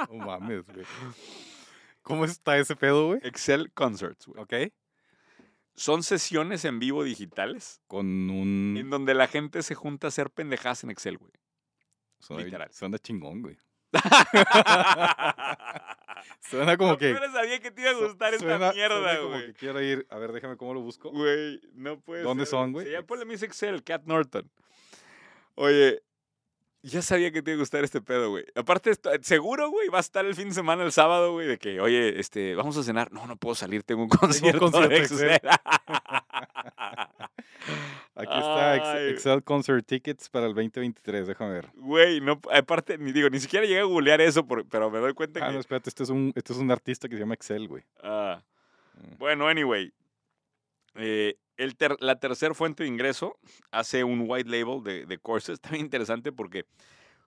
[SPEAKER 2] No mames, güey. ¿Cómo está ese pedo, güey?
[SPEAKER 1] Excel Concerts, güey.
[SPEAKER 2] Ok.
[SPEAKER 1] Son sesiones en vivo digitales
[SPEAKER 2] Con un...
[SPEAKER 1] en donde la gente se junta a hacer pendejadas en Excel, güey.
[SPEAKER 2] suena, bien-
[SPEAKER 1] literal.
[SPEAKER 2] suena
[SPEAKER 1] [LAUGHS]
[SPEAKER 2] chingón, güey. Suena [LAUGHS] como que...
[SPEAKER 1] [LAUGHS] Yo no sabía que te iba a gustar
[SPEAKER 2] Su-
[SPEAKER 1] esta
[SPEAKER 2] suena- suena
[SPEAKER 1] mierda,
[SPEAKER 2] como
[SPEAKER 1] güey.
[SPEAKER 2] que quiero ir. A ver, déjame cómo lo busco.
[SPEAKER 1] Güey, no puede
[SPEAKER 2] ¿Dónde
[SPEAKER 1] ser,
[SPEAKER 2] son,
[SPEAKER 1] Sí,
[SPEAKER 2] güey?
[SPEAKER 1] ya ponle mis Excel, Cat Norton. Oye, ya sabía que te iba a gustar este pedo, güey. Aparte, esto- eh, seguro, güey, va a estar el fin de semana, el sábado, güey, de que, oye, este, vamos a
[SPEAKER 2] [LAUGHS]
[SPEAKER 1] cenar. No, no puedo salir, tengo un concierto, de
[SPEAKER 2] concierto de
[SPEAKER 1] Excel.
[SPEAKER 2] Aquí está Ex-
[SPEAKER 1] Ay.
[SPEAKER 2] Excel Concert Tickets para el 2023, déjame ver.
[SPEAKER 1] [LAUGHS] Güey, no, aparte, ni digo, ni siquiera llegué a googlear eso, por- pero me doy cuenta
[SPEAKER 2] Ah,
[SPEAKER 1] que.
[SPEAKER 2] no, espérate, este es un, este es un artista que se llama Excel, güey.
[SPEAKER 1] Ah.
[SPEAKER 2] Mm.
[SPEAKER 1] Bueno, anyway. Eh, el ter- la tercera fuente de ingreso hace un white label de, de courses. Está bien interesante porque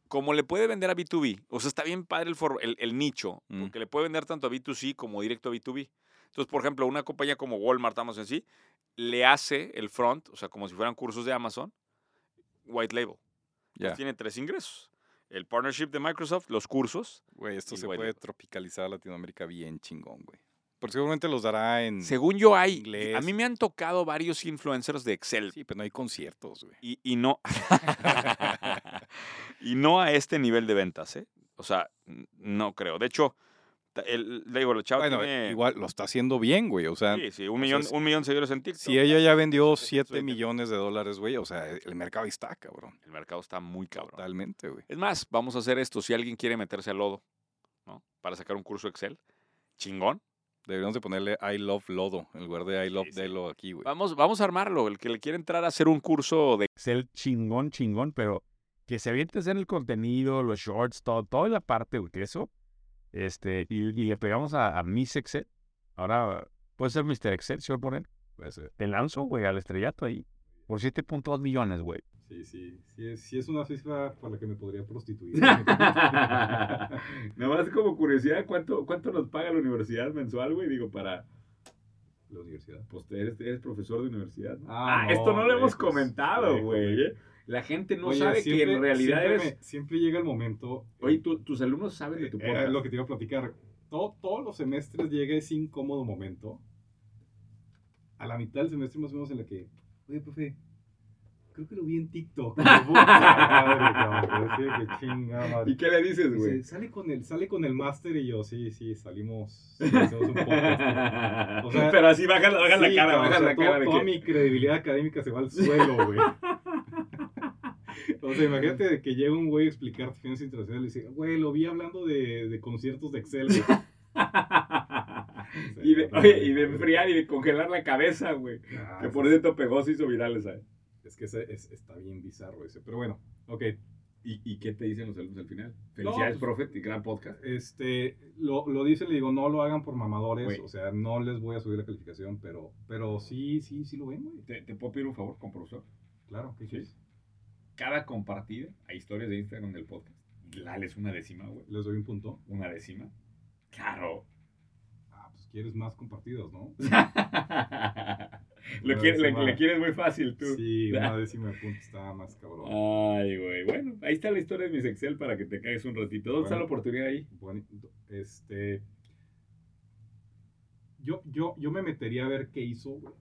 [SPEAKER 1] como le puede vender a B2B, o sea, está bien padre el, for- el, el nicho,
[SPEAKER 2] Mm.
[SPEAKER 1] porque le puede vender tanto a B2C como directo a B2B. Entonces, por ejemplo, una compañía como Walmart, Amazon en sí, le hace el front, o sea, como si fueran cursos de Amazon, white label. Entonces,
[SPEAKER 4] Ya.
[SPEAKER 1] tiene tres ingresos. El partnership de Microsoft, los cursos.
[SPEAKER 2] Güey, esto
[SPEAKER 1] Y
[SPEAKER 2] se
[SPEAKER 1] bueno.
[SPEAKER 2] puede tropicalizar a Latinoamérica bien chingón, güey. Porque seguramente los dará en...
[SPEAKER 1] Según yo hay, a
[SPEAKER 2] Mm. Inglés.
[SPEAKER 1] mí me han tocado varios influencers de Excel.
[SPEAKER 2] Sí, pero no hay conciertos, güey.
[SPEAKER 1] Y, y no. [LAUGHS] y no a este nivel de ventas, ¿eh? O sea, n- no creo. De hecho, ta- el, le digo, el chavo
[SPEAKER 4] Bueno,
[SPEAKER 1] tiene.
[SPEAKER 2] Igual lo está haciendo bien, güey. O sea,
[SPEAKER 1] sí, sí, un millón,
[SPEAKER 2] si-
[SPEAKER 1] un millón de seguidores en TikTok.
[SPEAKER 4] Si ella ya vendió
[SPEAKER 1] Entonces, estoy
[SPEAKER 4] 7
[SPEAKER 1] de-
[SPEAKER 4] millones de dólares, güey, o sea, el mercado ahí está, cabrón.
[SPEAKER 1] El mercado está muy cabrón.
[SPEAKER 4] Totalmente, güey.
[SPEAKER 1] Es más, vamos a hacer esto. Si alguien quiere meterse al lodo, ¿no? Para sacar un curso Excel, chingón.
[SPEAKER 4] Deberíamos de ponerle I love lodo en lugar de I love
[SPEAKER 1] sí.
[SPEAKER 4] Delo aquí, güey.
[SPEAKER 1] Vamos, vamos a armarlo. El que le quiere entrar a hacer un curso de
[SPEAKER 5] ser chingón, chingón, pero que se avientes en el contenido, los shorts, todo, toda la parte, güey, que eso, este, y, y le pegamos a, a Miss Excel, ahora puede ser Mr. Excel, si voy a poner, eh, te lanzo, güey, al estrellato ahí, por 7.2 millones, güey.
[SPEAKER 4] Sí, sí, sí es, sí es una cifra por la que me podría
[SPEAKER 5] [LAUGHS]
[SPEAKER 4] prostituir. [LAUGHS]
[SPEAKER 1] más como curiosidad, ¿cuánto, ¿cuánto nos paga la universidad mensual, güey? Digo, para...
[SPEAKER 4] La universidad.
[SPEAKER 1] Pues eres, eres profesor de universidad. ¿no?
[SPEAKER 4] Ah, no, lejos, lejos, güey.
[SPEAKER 1] ¿eh? La gente no
[SPEAKER 4] Oye, siempre- siempre me- siempre llega el momento. Eh,
[SPEAKER 1] Oye, tu- tus alumnos saben de tu
[SPEAKER 4] Era
[SPEAKER 1] podcast.
[SPEAKER 4] lo que te iba a platicar. Todo- todos los semestres llega ese incómodo momento. A la mitad del semestre más o menos en la que, oye, profe, creo que lo vi en TikTok. Puta madre, pues, cabrón, así de que chinga madre.
[SPEAKER 1] ¿Y qué le dices,
[SPEAKER 4] Dice,
[SPEAKER 1] güey?
[SPEAKER 4] sale con el, sale con el máster y yo, sí, sí, salimos, sí, hacemos un podcast. O sea,
[SPEAKER 1] Pero así baja, la- baja la
[SPEAKER 4] Sí,
[SPEAKER 1] cara,
[SPEAKER 4] cabrón,
[SPEAKER 1] baja
[SPEAKER 4] o sea,
[SPEAKER 1] la
[SPEAKER 4] todo-
[SPEAKER 1] cara de
[SPEAKER 4] toda
[SPEAKER 1] que...
[SPEAKER 4] mi credibilidad académica se va al suelo, güey. O sea, imagínate que llega un güey a explicar finanzas internacionales y dice, güey, lo vi hablando de, de conciertos de Excel, güey.
[SPEAKER 1] y, de, oye, y de enfriar y de congelar la [LAUGHS] cabeza, güey.
[SPEAKER 4] Ah,
[SPEAKER 1] Que
[SPEAKER 4] sí,
[SPEAKER 1] por cierto pegó, se hizo viral esa.
[SPEAKER 4] Es que ese, es- está bien bizarro ese. Pero bueno, ok.
[SPEAKER 1] ¿Y, ¿Y qué te dicen los alumnos al final?
[SPEAKER 4] Felicidades,
[SPEAKER 1] profe, gran podcast.
[SPEAKER 4] pues, Este, lo, lo dice, le digo, no lo hagan por mamadores.
[SPEAKER 1] Güey.
[SPEAKER 4] O sea, no les voy a subir la calificación, pero, pero sí, sí, sí lo ven, güey.
[SPEAKER 1] ¿Te, ¿Te puedo pedir un favor con profesor?
[SPEAKER 4] Claro, ¿qué
[SPEAKER 1] Sí.
[SPEAKER 4] quieres?
[SPEAKER 1] Cada compartida a historias de Instagram del podcast, dales una décima, güey.
[SPEAKER 4] Les doy un punto.
[SPEAKER 1] Una décima. Claro.
[SPEAKER 4] Ah, pues quieres más compartidos, ¿no?
[SPEAKER 1] [LAUGHS] Lo
[SPEAKER 4] Una
[SPEAKER 1] quiere- [LAUGHS] le,
[SPEAKER 4] décima.
[SPEAKER 1] le quieres muy fácil, tú. [LAUGHS] Ah,
[SPEAKER 4] Sí, una décima de punto está más cabrón.
[SPEAKER 1] Ay, güey. Bueno, ahí está la historia de mis Excel para que te caigas un ratito. ¿Dónde está
[SPEAKER 4] Bueno.
[SPEAKER 1] la oportunidad ahí?
[SPEAKER 4] Bueno, este. Yo, yo, yo me metería a ver qué hizo, güey.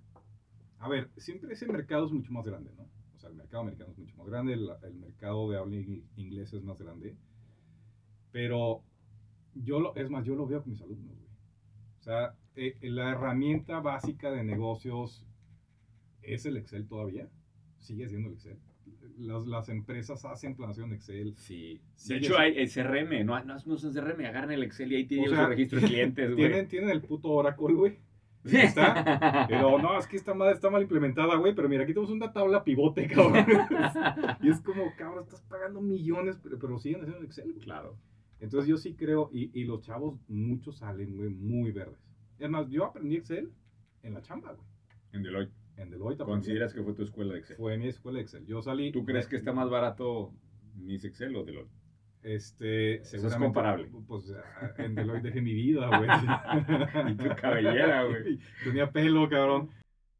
[SPEAKER 4] A ver, siempre ese mercado es mucho más grande, ¿no? O sea, el mercado americano es mucho más grande, el, el mercado de habla ing- inglés es más grande. Pero yo lo, es más, yo lo veo con mis alumnos, güey. O sea, eh, la herramienta básica de negocios es el Excel todavía. Sigue siendo el Excel. Las, las empresas hacen planación en Excel.
[SPEAKER 1] Sí. De
[SPEAKER 4] Sí,
[SPEAKER 1] hecho,
[SPEAKER 4] ya sé.
[SPEAKER 1] hay el CRM. No, no, no es un CRM. Agarren el Excel y ahí tienen
[SPEAKER 4] O
[SPEAKER 1] su
[SPEAKER 4] sea,
[SPEAKER 1] registro de
[SPEAKER 4] [LAUGHS]
[SPEAKER 1] clientes, güey.
[SPEAKER 4] Tienen, tienen el puto Oracle, güey.
[SPEAKER 1] [LAUGHS]
[SPEAKER 4] está, Pero no, es que esta madre está mal implementada, güey. Pero mira, aquí tenemos una
[SPEAKER 1] [LAUGHS]
[SPEAKER 4] tabla pivote, cabrón. y es como, cabrón, estás pagando millones, pero, pero siguen haciendo en Excel, güey.
[SPEAKER 1] Claro.
[SPEAKER 4] Entonces yo sí creo, y, y los chavos, muchos salen, güey, muy verdes. Es más, yo aprendí Excel en la chamba, güey.
[SPEAKER 1] En Deloitte.
[SPEAKER 4] En Deloitte aprendí.
[SPEAKER 1] ¿Consideras que fue tu escuela de Excel?
[SPEAKER 4] Fue mi escuela de Excel. Yo salí.
[SPEAKER 1] ¿Tú crees que está más barato mis Excel o Deloitte?
[SPEAKER 4] Este,
[SPEAKER 1] es comparable.
[SPEAKER 4] Pues ah, en Deloitte dejé mi vida, güey.
[SPEAKER 1] [LAUGHS] Y tu cabellera,
[SPEAKER 4] [LAUGHS]
[SPEAKER 1] güey.
[SPEAKER 4] Tenía pelo, cabrón.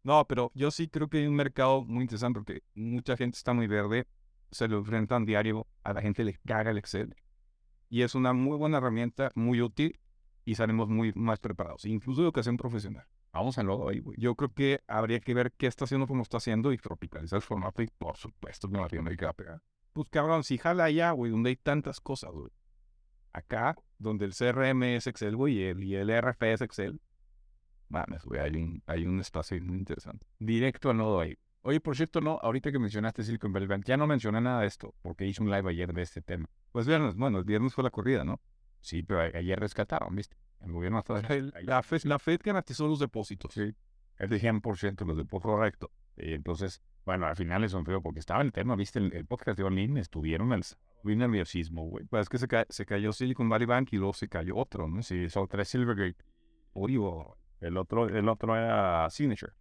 [SPEAKER 5] No, pero yo sí creo que hay un mercado muy interesante porque mucha gente está muy verde, se lo enfrentan diario, a la gente les caga el Excel. Y es una muy buena herramienta, muy útil y salimos muy más preparados, incluso de educación profesional. Vamos al lodo ahí, güey. Yo creo que habría que ver qué está haciendo, cómo está haciendo y tropicalizar el formato y por supuesto que Latinoamérica va a pegar. Pues cabrón, si jala allá, güey, donde hay tantas cosas, güey. Acá, donde el CRM es Excel, güey, y el, y el RP es Excel, Mames, güey, hay un, hay un espacio ahí muy interesante. Directo al nodo ahí. Oye, por cierto, no, ahorita que mencionaste Silicon Valley Bank, ya no mencioné nada de esto, porque hice un live ayer de este tema. Pues viernes, bueno, el viernes fue la corrida, ¿no? Sí, pero a- ayer rescataron, ¿viste? El gobierno hasta... La, Fed, la Fed garantizó los depósitos. Sí. El de 100% los depósitos. Correcto.
[SPEAKER 4] Y entonces, bueno, al final es un feo porque estaba el tema, ¿viste? El, el podcast de Olin estuvieron al bien nerviosismo, güey. Pues es que se, ca- se cayó Silicon Valley Bank y luego se cayó otro, ¿no? Sí, son tres Silvergate. Odio. El otro, el otro era Signature.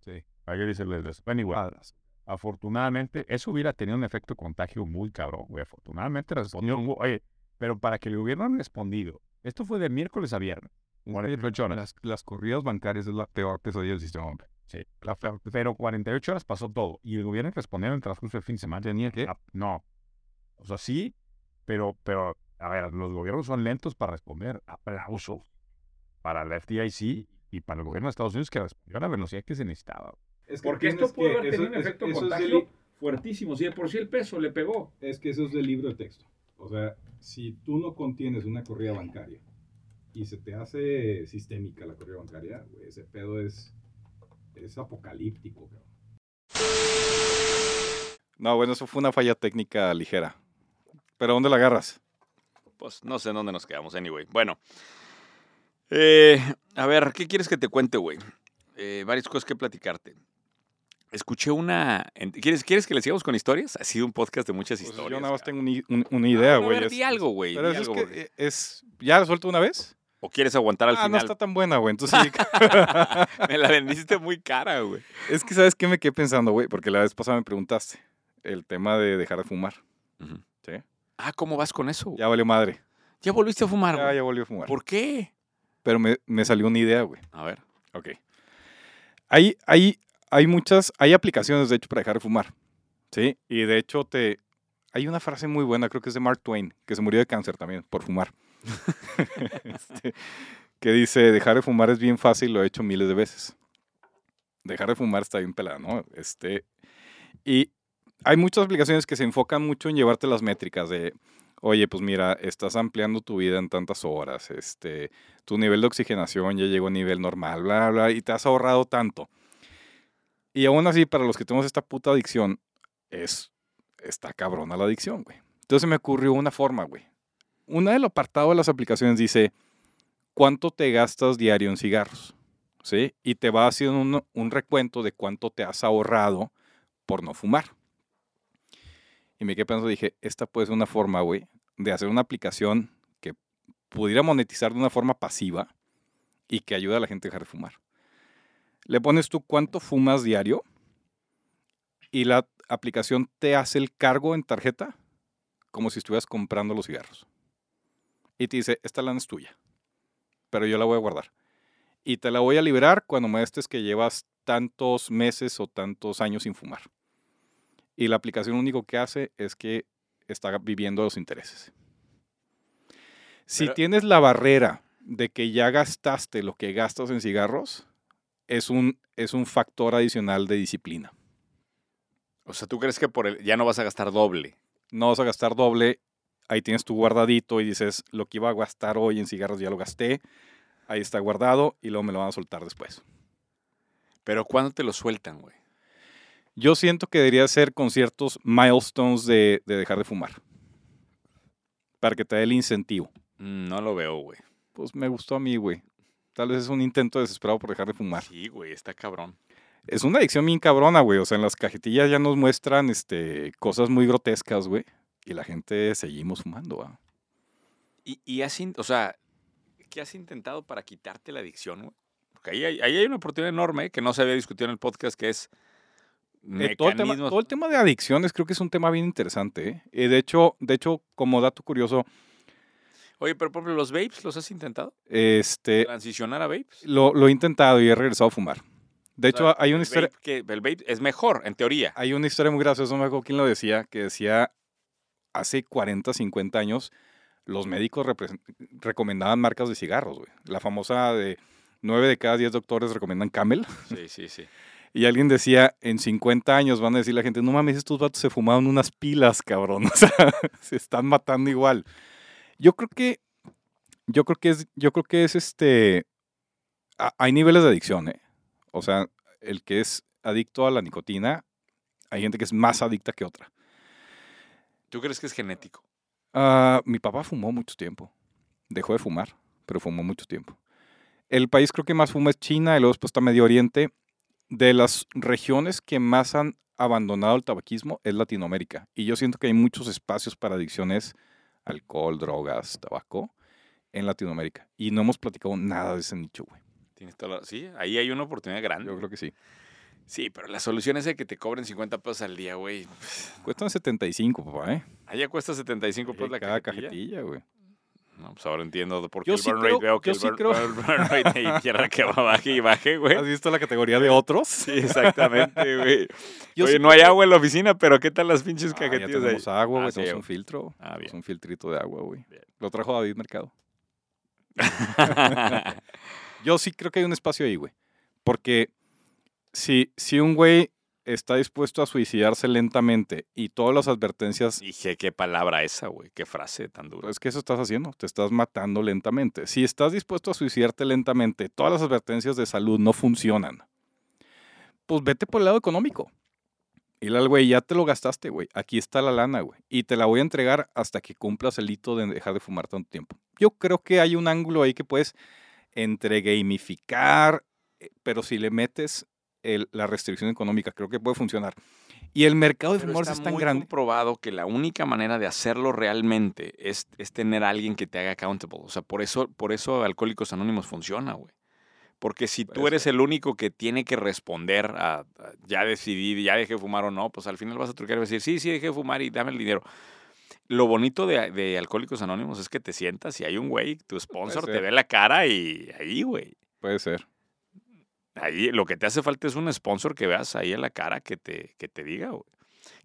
[SPEAKER 4] Sí. Ayer dice el de Pennywise. Afortunadamente, eso hubiera tenido un efecto contagio muy cabrón, güey. Afortunadamente respondió. Oye, pero para que le hubieran respondido, esto fue de miércoles a viernes. 48 horas. Las, las corridas bancarias es la peor pesadilla del sistema, hombre. Sí. La peor. Pero 48 horas pasó todo. Y el gobierno respondió en el transcurso del fin de semana. ¿Tenía que? No. O sea, sí, pero, pero, a ver, los gobiernos son lentos para responder. Aplauso para la FDIC y para el gobierno de Estados Unidos que respondió a la velocidad que se necesitaba.
[SPEAKER 6] Es que
[SPEAKER 1] Porque esto
[SPEAKER 6] entiendes
[SPEAKER 1] puede
[SPEAKER 6] que
[SPEAKER 1] haber
[SPEAKER 6] eso-
[SPEAKER 1] tenido un
[SPEAKER 6] es-
[SPEAKER 1] efecto
[SPEAKER 6] eso es del
[SPEAKER 1] contagio fuertísimo. Si de por sí el peso le pegó.
[SPEAKER 6] es que eso es del libro de texto. O sea, si tú no contienes una corrida bancaria y se te hace sistémica la corrida bancaria, güey, ese pedo es, es apocalíptico, cabrón.
[SPEAKER 2] No, bueno, eso fue una falla técnica ligera. Pero ¿dónde la agarras?
[SPEAKER 1] Pues no sé en dónde nos quedamos, anyway. Bueno. Eh, a ver, ¿qué quieres que te cuente, güey? Eh, varias cosas que platicarte. Escuché una... en- ¿Quieres, ¿Quieres que le sigamos con historias? Ha sido un podcast de muchas
[SPEAKER 2] Pues,
[SPEAKER 1] historias.
[SPEAKER 2] yo nada más
[SPEAKER 1] cabrón.
[SPEAKER 2] tengo un i- un- una idea,
[SPEAKER 1] Bueno, a
[SPEAKER 2] güey.
[SPEAKER 1] ver,
[SPEAKER 2] es-
[SPEAKER 1] Ah, di algo, güey.
[SPEAKER 2] Pero
[SPEAKER 1] di
[SPEAKER 2] eso es
[SPEAKER 1] algo,
[SPEAKER 2] que
[SPEAKER 1] güey.
[SPEAKER 2] eh, es... ¿Ya la suelto una vez?
[SPEAKER 1] ¿O quieres aguantar al
[SPEAKER 2] ah, no
[SPEAKER 1] final?
[SPEAKER 2] está tan buena, güey. [LAUGHS] Entonces, sí,
[SPEAKER 1] [LAUGHS] Me la vendiste muy cara, güey.
[SPEAKER 2] es que ¿sabes qué me quedé pensando, güey? Porque la vez pasada me preguntaste el tema de dejar de fumar. Sí.
[SPEAKER 1] Ah, ¿cómo vas con eso? güey?
[SPEAKER 2] Ya valió madre.
[SPEAKER 1] Ya volviste a fumar,
[SPEAKER 2] Ya,
[SPEAKER 1] güey.
[SPEAKER 2] ya volvió a fumar.
[SPEAKER 1] ¿Por qué?
[SPEAKER 2] Pero me, me salió una idea, güey.
[SPEAKER 1] A ver.
[SPEAKER 2] Ok. Hay, hay, hay muchas, hay aplicaciones, de hecho, para dejar de fumar. Sí. Y de hecho, te. Hay una frase muy buena, creo que es de Mark Twain, que se murió de cáncer también por fumar. Este, que dice: dejar de fumar es bien fácil, lo he hecho miles de veces. Dejar de fumar está bien pelado, ¿no? Este. Y hay muchas aplicaciones que se enfocan mucho en llevarte las métricas de. Oye, pues mira, estás ampliando tu vida en tantas horas. Este, tu nivel de oxigenación ya llegó a nivel normal, bla, bla, y te has ahorrado tanto. Y aún así, para los que tenemos esta puta adicción, es, está cabrona la adicción, güey. Entonces se me ocurrió una forma, güey. Una del apartado de las aplicaciones dice, ¿cuánto te gastas diario en cigarros? ¿Sí? Y te va haciendo un, un recuento de cuánto te has ahorrado por no fumar. Y me quedé pensando, dije, esta puede ser una forma, güey, de hacer una aplicación que pudiera monetizar de una forma pasiva y que ayude a la gente a dejar de fumar. Le pones tú cuánto fumas diario y la aplicación te hace el cargo en tarjeta como si estuvieras comprando los cigarros. Y te dice, esta lana es tuya, pero yo la voy a guardar. Y te la voy a liberar cuando me estés que llevas tantos meses o tantos años sin fumar. Y la aplicación lo único que hace es que está viviendo los intereses. Si
[SPEAKER 1] Pero-
[SPEAKER 2] tienes la barrera de que ya gastaste lo que gastas en cigarros, es un, es un factor adicional de disciplina.
[SPEAKER 1] O sea, ¿tú crees que por el... ya no vas a gastar doble?
[SPEAKER 2] No vas a gastar doble, ahí tienes tu guardadito y dices, lo que iba a gastar hoy en cigarros ya lo gasté, ahí está guardado y luego me lo van a soltar después.
[SPEAKER 1] Pero ¿cuándo te lo sueltan, güey?
[SPEAKER 2] Yo siento que debería ser con ciertos milestones de, de dejar de fumar, para que te dé el incentivo.
[SPEAKER 1] Mm, No lo veo, güey.
[SPEAKER 2] Pues me gustó a mí, güey. Tal vez es un intento desesperado por dejar de fumar.
[SPEAKER 1] Sí, güey, está cabrón.
[SPEAKER 2] Es una adicción bien cabrona, güey. O sea, en las cajetillas ya nos muestran este, cosas muy grotescas, güey. Y la gente seguimos fumando, ah.
[SPEAKER 1] ¿Y, y has, in- o sea, qué has intentado para quitarte la adicción, güey? Porque ahí hay, ahí hay una oportunidad enorme que no se había discutido en el podcast, que es
[SPEAKER 2] Eh, todo, el tema,
[SPEAKER 1] mecanismos.
[SPEAKER 2] todo el tema de adicciones creo que es un tema bien interesante, ¿eh? Eh, de, hecho, de hecho, como dato curioso,
[SPEAKER 1] Oye, pero por ejemplo, los vapes, ¿los has intentado?
[SPEAKER 2] este,
[SPEAKER 1] ¿Transicionar a vapes?
[SPEAKER 2] lo, lo he intentado y he regresado a fumar.
[SPEAKER 1] O sea,
[SPEAKER 2] De hecho, hay una
[SPEAKER 1] el
[SPEAKER 2] historia... Ah,
[SPEAKER 1] vape que, el vape es mejor, en teoría.
[SPEAKER 2] Hay una historia muy graciosa, no me acuerdo quién lo decía, que decía hace 40, 50 años los médicos represen- recomendaban marcas de cigarros, güey. La famosa de 9 de cada 10 doctores recomiendan Camel.
[SPEAKER 1] Sí, sí, sí.
[SPEAKER 2] Y alguien decía, en 50 años van a decir la gente, no mames, estos vatos se fumaron unas pilas, cabrón. [LAUGHS] O sea, se están matando igual. Yo creo que, yo creo que es, yo creo que es este, a- hay niveles de adicción, ¿eh? O sea, el que es adicto a la nicotina, hay gente que es más adicta que otra.
[SPEAKER 1] ¿Tú crees que es genético?
[SPEAKER 2] Ah, mi papá fumó mucho tiempo. Dejó de fumar, pero fumó mucho tiempo. El país creo que más fuma es China, y luego después está Medio pues, Oriente. de las regiones que más han abandonado el tabaquismo es Latinoamérica. Y yo siento que hay muchos espacios para adicciones, alcohol, drogas, tabaco, en Latinoamérica. Y no hemos platicado nada de ese nicho, güey.
[SPEAKER 1] Tienes toda la- Sí, ahí hay una oportunidad grande.
[SPEAKER 2] Yo creo que sí.
[SPEAKER 1] Sí, pero la solución es de que te cobren 50 pesos al día, güey.
[SPEAKER 2] Cuestan 75, papá, ¿eh?
[SPEAKER 1] Allá cuesta 75 pesos Pues, la
[SPEAKER 2] Cada
[SPEAKER 1] cajetilla.
[SPEAKER 2] cajetilla, güey.
[SPEAKER 1] No, pues ahora entiendo por qué
[SPEAKER 2] Yo
[SPEAKER 1] el
[SPEAKER 2] sí
[SPEAKER 1] burn
[SPEAKER 2] creo-
[SPEAKER 1] rate veo que
[SPEAKER 2] yo
[SPEAKER 1] el
[SPEAKER 2] sí
[SPEAKER 1] burn,
[SPEAKER 2] creo-
[SPEAKER 1] burn- burn rate de izquierda que va, baje y baje,
[SPEAKER 2] ¿Has
[SPEAKER 1] güey.
[SPEAKER 2] visto la categoría
[SPEAKER 1] [LAUGHS]
[SPEAKER 2] de otros?
[SPEAKER 1] Sí, exactamente, güey.
[SPEAKER 2] [LAUGHS] Yo
[SPEAKER 1] Oye,
[SPEAKER 2] sí
[SPEAKER 1] no hay agua en la oficina, pero ¿qué tal las pinches
[SPEAKER 2] Ah, ya
[SPEAKER 1] cajetillas ahí?
[SPEAKER 2] tenemos agua,
[SPEAKER 1] Ah,
[SPEAKER 2] güey.
[SPEAKER 1] sí,
[SPEAKER 2] tenemos
[SPEAKER 1] güey.
[SPEAKER 2] un filtro.
[SPEAKER 1] Ah,
[SPEAKER 2] tenemos
[SPEAKER 1] bien. [LAUGHS]
[SPEAKER 2] un filtrito de agua, güey.
[SPEAKER 1] Bien.
[SPEAKER 2] Lo trajo David Mercado. Yo sí creo que hay un espacio ahí, güey. Porque si, si un güey está dispuesto a suicidarse lentamente y todas las advertencias,
[SPEAKER 1] Dije, qué palabra esa, güey. Qué frase tan dura.
[SPEAKER 2] pues, es que eso estás haciendo, te estás matando lentamente. Si estás dispuesto a suicidarte lentamente, todas las advertencias de salud no funcionan, pues vete por el lado económico. Y al güey, ya te lo gastaste, güey. Aquí está la lana, güey. Y te la voy a entregar hasta que cumplas el hito de dejar de fumar tanto tiempo. Yo creo que hay un ángulo ahí que puedes entre gamificar, eh, pero si le metes el- la restricción económica, creo que puede funcionar. Y el mercado de
[SPEAKER 1] Pero
[SPEAKER 2] fumadores es tan
[SPEAKER 1] muy
[SPEAKER 2] grande.
[SPEAKER 1] comprobado que la única manera de hacerlo realmente es, es tener a alguien que te haga accountable. O sea, por eso, por eso Alcohólicos Anónimos funciona, güey. Porque si tú
[SPEAKER 2] Puede
[SPEAKER 1] eres el único que tiene que responder a, a, ya decidí, ya dejé de fumar o no, pues al final vas a trucar y vas a decir, sí, sí, dejé de fumar y dame el dinero. Lo bonito de, de Alcohólicos Anónimos es que te sientas y hay un güey, tu sponsor te
[SPEAKER 2] ser.
[SPEAKER 1] ve la cara y ahí, güey.
[SPEAKER 2] Puede ser.
[SPEAKER 1] Ahí lo que te hace falta es un sponsor que veas ahí en la cara que te, que te diga, güey.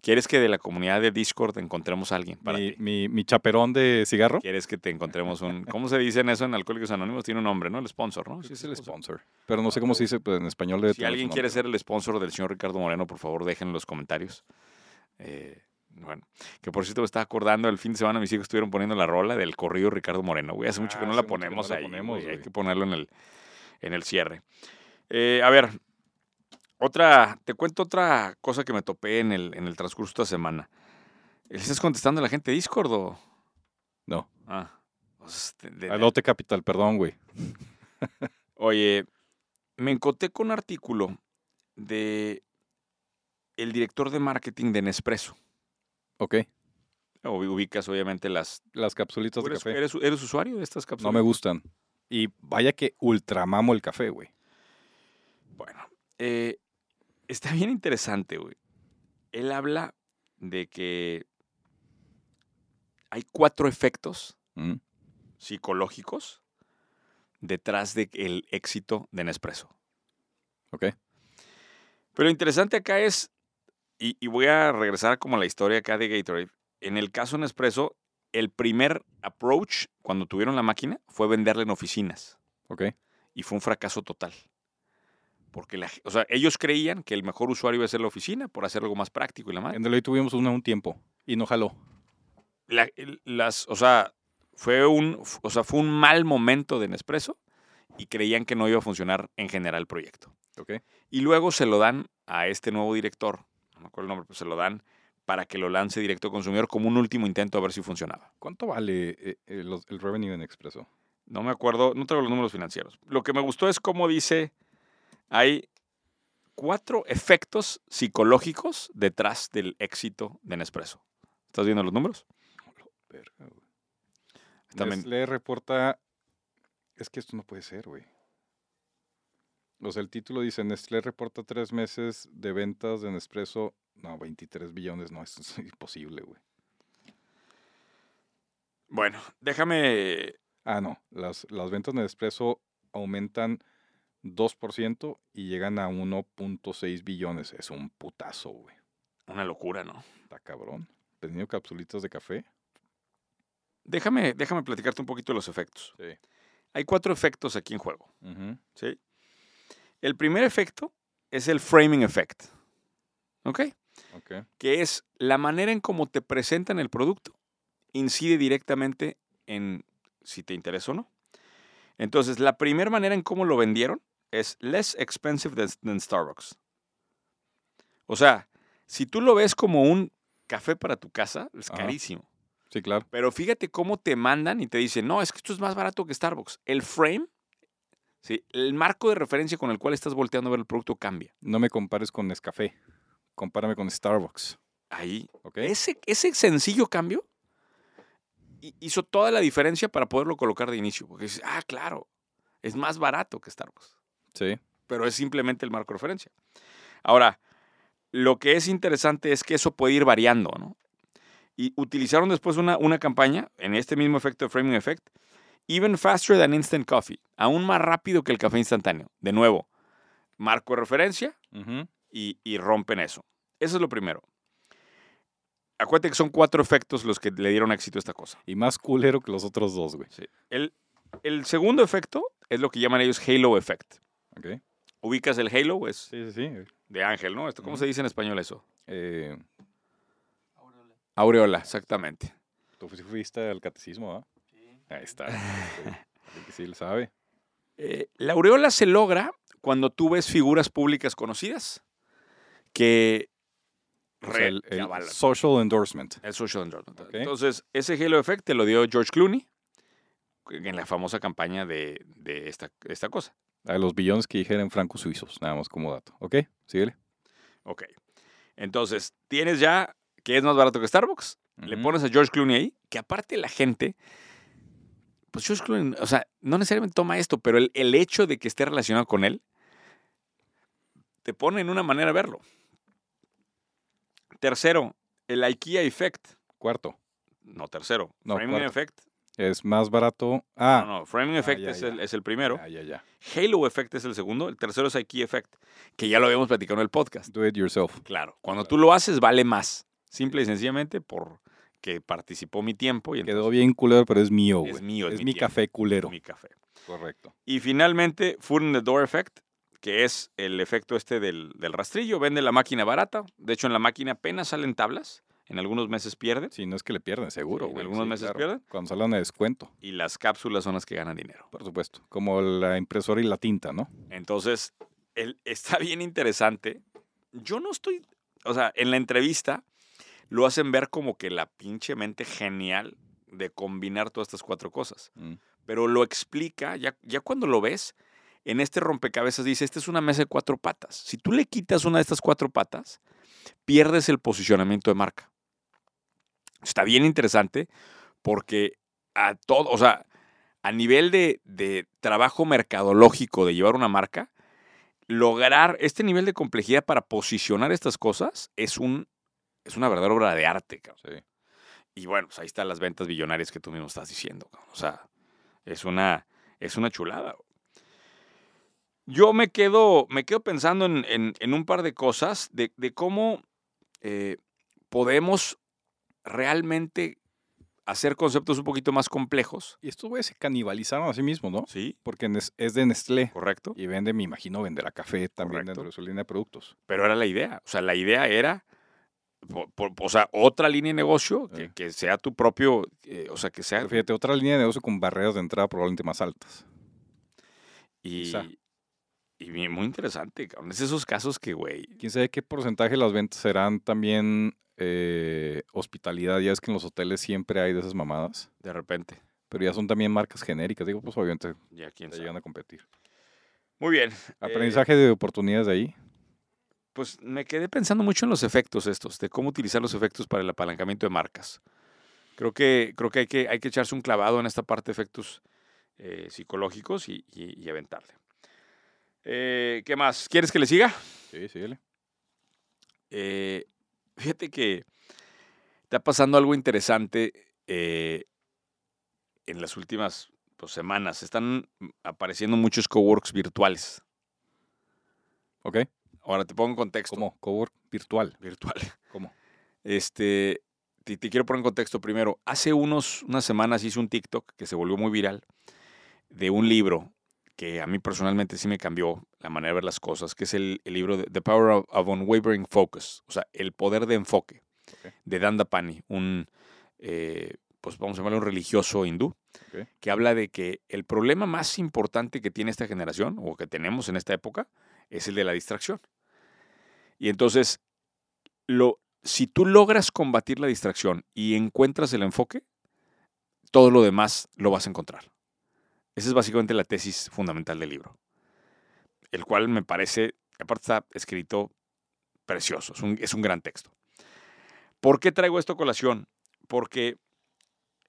[SPEAKER 1] ¿Quieres que de la comunidad de Discord encontremos a alguien para
[SPEAKER 2] Mi,
[SPEAKER 1] ti?
[SPEAKER 2] mi, mi chaperón de cigarro.
[SPEAKER 1] ¿Quieres
[SPEAKER 2] [LAUGHS]
[SPEAKER 1] que te encontremos un... ¿Cómo se dice en eso en Alcohólicos Anónimos? Tiene un nombre, ¿no? El sponsor, ¿no?
[SPEAKER 2] Creo
[SPEAKER 1] Sí,
[SPEAKER 2] que
[SPEAKER 1] es el sponsor.
[SPEAKER 2] Pero no sé cómo se dice pues, en español. debe
[SPEAKER 1] Si
[SPEAKER 2] tener
[SPEAKER 1] alguien
[SPEAKER 2] su
[SPEAKER 1] quiere
[SPEAKER 2] nombre.
[SPEAKER 1] ser el sponsor del señor Ricardo Moreno, por favor, déjenlo en los comentarios. Eh, bueno, que por cierto me estaba acordando, el fin de semana mis hijos estuvieron poniendo la rola del corrido Ricardo Moreno, güey. Hace mucho que
[SPEAKER 2] Ah,
[SPEAKER 1] no la
[SPEAKER 2] hace mucho que no
[SPEAKER 1] ponemos
[SPEAKER 2] la
[SPEAKER 1] ahí,
[SPEAKER 2] ponemos,
[SPEAKER 1] güey. Hay
[SPEAKER 2] güey.
[SPEAKER 1] que ponerlo en el, en el cierre. Eh, a ver, otra, te cuento otra cosa que me topé en el, en el transcurso de esta semana. ¿Le estás contestando a la gente de Discord o...?
[SPEAKER 2] No.
[SPEAKER 1] Ah. pues, de- de-
[SPEAKER 2] Alote Capital, perdón, güey.
[SPEAKER 1] Oye, me encontré con un artículo de el director de marketing de Nespresso.
[SPEAKER 2] Ok.
[SPEAKER 1] O- Ubicas obviamente las...
[SPEAKER 2] Las capsulitas de
[SPEAKER 1] ¿Eres,
[SPEAKER 2] café
[SPEAKER 1] eres- eres usuario de estas
[SPEAKER 2] no
[SPEAKER 1] cápsulas?
[SPEAKER 2] me gustan. Y vaya que ultramamo el café, güey.
[SPEAKER 1] Bueno, eh, está bien interesante, güey. Él habla de que hay cuatro efectos
[SPEAKER 2] Mm.
[SPEAKER 1] psicológicos detrás del éxito de Nespresso.
[SPEAKER 2] Ok.
[SPEAKER 1] Pero lo interesante acá es, y, y voy a regresar como a la historia acá de Gatorade, en el caso Nespresso, el primer approach cuando tuvieron la máquina fue venderla en oficinas
[SPEAKER 2] Ok.
[SPEAKER 1] y fue un fracaso total. Porque la, ge- o sea, ellos creían que el mejor usuario iba a ser la oficina por hacer algo más práctico y la madre.
[SPEAKER 2] En Deloitte tuvimos una un tiempo y no jaló.
[SPEAKER 1] la- el- las, o sea, fue un, f- o sea, fue un mal momento de Nespresso y creían que no iba a funcionar en general el proyecto.
[SPEAKER 2] Ok.
[SPEAKER 1] Y luego se lo dan a este nuevo director, no me acuerdo el nombre, pero se lo dan para que lo lance directo al consumidor como un último intento a ver si funcionaba.
[SPEAKER 2] ¿Cuánto vale eh, eh, los- el revenue en expreso?
[SPEAKER 1] No me acuerdo, no traigo los números financieros. Lo que me gustó es cómo dice, hay cuatro efectos psicológicos detrás del éxito de Nespresso. ¿Estás viendo los números?
[SPEAKER 2] Verga, güey.
[SPEAKER 1] También-
[SPEAKER 2] Nestlé reporta. Es que esto no puede ser, güey. O sea, el título dice: Nestlé reporta tres meses de ventas de Nespresso. No, 23 billones. No, esto es [LAUGHS] imposible, güey.
[SPEAKER 1] Bueno, déjame
[SPEAKER 2] Ah, no. Las, las ventas de Nespresso aumentan 2% y llegan a 1.6 billones. Es un putazo, güey.
[SPEAKER 1] Una locura, ¿no?
[SPEAKER 2] Está cabrón. Vendiendo capsulitas de café.
[SPEAKER 1] Déjame, déjame platicarte un poquito de los efectos.
[SPEAKER 2] Sí.
[SPEAKER 1] Hay cuatro efectos aquí en juego.
[SPEAKER 2] Ujú.
[SPEAKER 1] ¿sí? El primer efecto es el framing effect. ¿Ok?
[SPEAKER 2] Ok.
[SPEAKER 1] Que es la manera en cómo te presentan el producto incide directamente en si te interesa o no. Entonces, la primera manera en cómo lo vendieron es less expensive than, than Starbucks. O sea, si tú lo ves como un café para tu casa, es
[SPEAKER 2] Ajá.
[SPEAKER 1] carísimo.
[SPEAKER 2] Sí, claro.
[SPEAKER 1] Pero fíjate cómo te mandan y te dicen, no, es que esto es más barato que Starbucks. El frame Sí, el marco de referencia con el cual estás volteando a ver el producto cambia.
[SPEAKER 2] No me compares con Nescafé. Compárame con Starbucks.
[SPEAKER 1] Ahí.
[SPEAKER 2] ¿Ok?
[SPEAKER 1] Ese, ese sencillo cambio hi- hizo toda la diferencia para poderlo colocar de inicio. Porque dices, ah, claro, es más barato que Starbucks.
[SPEAKER 2] Sí.
[SPEAKER 1] Pero es simplemente el marco de referencia. Ahora, lo que es interesante es que eso puede ir variando, ¿no? Y utilizaron después una, una campaña en este mismo efecto de framing effect, even faster than instant coffee, aún más rápido que el café instantáneo. De nuevo, marco de referencia,
[SPEAKER 2] Ujú.
[SPEAKER 1] y, y rompen eso. Eso es lo primero. Acuérdate que son cuatro efectos los que le dieron éxito a esta cosa.
[SPEAKER 2] Y más culero que los otros dos, güey.
[SPEAKER 1] El, el segundo efecto es lo que llaman ellos Halo Effect.
[SPEAKER 2] ¿Ok?
[SPEAKER 1] Ubicas el Halo, es
[SPEAKER 2] Sí, sí, sí.
[SPEAKER 1] de ángel, ¿no? Esto, ¿Cómo
[SPEAKER 2] Ujú.
[SPEAKER 1] se dice en español eso?
[SPEAKER 2] Eh,
[SPEAKER 1] Aureola, exactamente.
[SPEAKER 2] Tú fu- fuiste al catecismo, ¿ah? Ahí está. Sí, que sí le sabe.
[SPEAKER 1] Eh, la aureola se logra cuando tú ves figuras públicas conocidas que...
[SPEAKER 2] O sea, el,
[SPEAKER 1] re-
[SPEAKER 2] el
[SPEAKER 1] avalan.
[SPEAKER 2] social endorsement.
[SPEAKER 1] El social endorsement.
[SPEAKER 2] Ok.
[SPEAKER 1] Entonces, ese Halo Effect te lo dio George Clooney en la famosa campaña de, de esta, esta cosa.
[SPEAKER 2] A los billones que dijeron francos suizos, nada más como dato. ¿Ok? Síguele.
[SPEAKER 1] Ok. Entonces, tienes ya que es más barato que Starbucks. Le
[SPEAKER 2] Ujú.
[SPEAKER 1] pones a George Clooney ahí, que aparte la gente. Pues George Clooney, o sea, no necesariamente toma esto, pero el, el hecho de que esté relacionado con él te pone en una manera de verlo. Tercero, el IKEA Effect.
[SPEAKER 2] Cuarto.
[SPEAKER 1] No, tercero.
[SPEAKER 2] No,
[SPEAKER 1] framing
[SPEAKER 2] cuarto.
[SPEAKER 1] Effect.
[SPEAKER 2] Es más barato. Ah,
[SPEAKER 1] No, no, Framing Effect
[SPEAKER 2] ya,
[SPEAKER 1] es,
[SPEAKER 2] ya.
[SPEAKER 1] El, es el primero.
[SPEAKER 2] ya, ya, ya.
[SPEAKER 1] Halo Effect es el segundo. El tercero es IKEA Effect, que ya lo habíamos platicado en el podcast.
[SPEAKER 2] Do it yourself.
[SPEAKER 1] Claro, cuando tú lo haces vale más. Simple y sencillamente porque participó mi tiempo y
[SPEAKER 2] Quedó
[SPEAKER 1] entonces
[SPEAKER 2] bien culero, pero es mío, güey.
[SPEAKER 1] es mío, es,
[SPEAKER 2] mi,
[SPEAKER 1] tiempo,
[SPEAKER 2] café culero.
[SPEAKER 1] mi café.
[SPEAKER 2] Correcto.
[SPEAKER 1] Y finalmente, Food in the Door Effect, que es el efecto este del, del rastrillo. Vende la máquina barata. De hecho, en la máquina apenas salen tablas. En algunos meses pierden
[SPEAKER 2] Sí, no es que le pierden, seguro,
[SPEAKER 1] Sí,
[SPEAKER 2] güey.
[SPEAKER 1] algunos meses pierden.
[SPEAKER 2] Cuando salen a descuento,
[SPEAKER 1] y las cápsulas son las que ganan dinero.
[SPEAKER 2] por supuesto. Como la impresora y la tinta, ¿no?
[SPEAKER 1] Entonces, el- [LAUGHS] está bien interesante. Yo no estoy, o sea, en la entrevista lo hacen ver como que la pinche mente genial de combinar todas estas cuatro cosas.
[SPEAKER 2] Mm.
[SPEAKER 1] Pero lo explica, ya, ya cuando lo ves, en este rompecabezas dice, esta es una mesa de cuatro patas. Si tú le quitas una de estas cuatro patas, pierdes el posicionamiento de marca. Está bien interesante porque a todo, o sea, a nivel de, de trabajo mercadológico de llevar una marca, lograr este nivel de complejidad para posicionar estas cosas es, un, es una verdadera obra de arte. cabrón.
[SPEAKER 2] Sí.
[SPEAKER 1] Y bueno, pues ahí están las ventas billonarias que tú mismo estás diciendo. cabrón. O sea, es una, es una chulada. Yo me quedo, me quedo pensando en, en- en un par de cosas de, de cómo eh, podemos realmente hacer conceptos un poquito más complejos.
[SPEAKER 2] Y estos güeyes se canibalizaron a sí mismos, ¿no?
[SPEAKER 1] Sí,
[SPEAKER 2] Porque Nes- es de Nestlé.
[SPEAKER 1] correcto.
[SPEAKER 2] Y vende, me imagino, venderá café también
[SPEAKER 1] Correcto.
[SPEAKER 2] dentro de su línea de productos.
[SPEAKER 1] Pero era la idea. O sea, la idea era, po- po- o sea, otra línea de negocio que,
[SPEAKER 2] Eh.
[SPEAKER 1] que sea tu propio, eh, o sea, que sea...
[SPEAKER 2] Pero fíjate, otra línea de negocio con barreras de entrada probablemente más altas.
[SPEAKER 1] Y,
[SPEAKER 2] quizá.
[SPEAKER 1] y bien- muy interesante, cabrón. Es esos casos que, güey,
[SPEAKER 2] ¿Quién sabe qué porcentaje de las ventas serán también eh, hospitalidad? Ya es que en los hoteles siempre hay de esas mamadas.
[SPEAKER 1] de repente,
[SPEAKER 2] Pero ya son también marcas genéricas. Digo, pues obviamente
[SPEAKER 1] ya quién sabe.
[SPEAKER 2] te
[SPEAKER 1] Eh,
[SPEAKER 2] llegan a competir.
[SPEAKER 1] Muy bien.
[SPEAKER 2] Aprendizaje de oportunidades de ahí.
[SPEAKER 1] Pues me quedé pensando mucho en los efectos estos, de cómo utilizar los efectos para el apalancamiento de marcas. Creo que, creo que, hay, que hay que echarse un clavado en esta parte de efectos eh, psicológicos y, y- y aventarle. Eh, ¿Qué más? ¿Quieres que le siga?
[SPEAKER 2] Sí, síguele.
[SPEAKER 1] Eh, fíjate que está pasando algo interesante eh, en las últimas pues, semanas. Están mm, apareciendo muchos coworks virtuales.
[SPEAKER 2] ¿Ok?
[SPEAKER 1] Ahora te pongo en contexto.
[SPEAKER 2] ¿Cómo? Cowork virtual.
[SPEAKER 1] Virtual.
[SPEAKER 2] ¿Cómo?
[SPEAKER 1] Este, te, te quiero poner en contexto primero. Hace unos, unas semanas hice un TikTok que se volvió muy viral de un libro que a mí personalmente sí me cambió la manera de ver las cosas, que es el, el libro de The Power of, of Unwavering Focus, o sea, El Poder de Enfoque,
[SPEAKER 2] Ok.
[SPEAKER 1] de Danda Pani, un, eh, pues vamos a llamarlo un religioso hindú,
[SPEAKER 2] Ok.
[SPEAKER 1] que habla de que el problema más importante que tiene esta generación, o que tenemos en esta época, es el de la distracción. Y entonces, lo, si tú logras combatir la distracción y encuentras el enfoque, todo lo demás lo vas a encontrar. Esa es básicamente la tesis fundamental del libro, el cual me parece, aparte está escrito precioso, es un, es un gran texto. ¿Por qué traigo esto a colación? Porque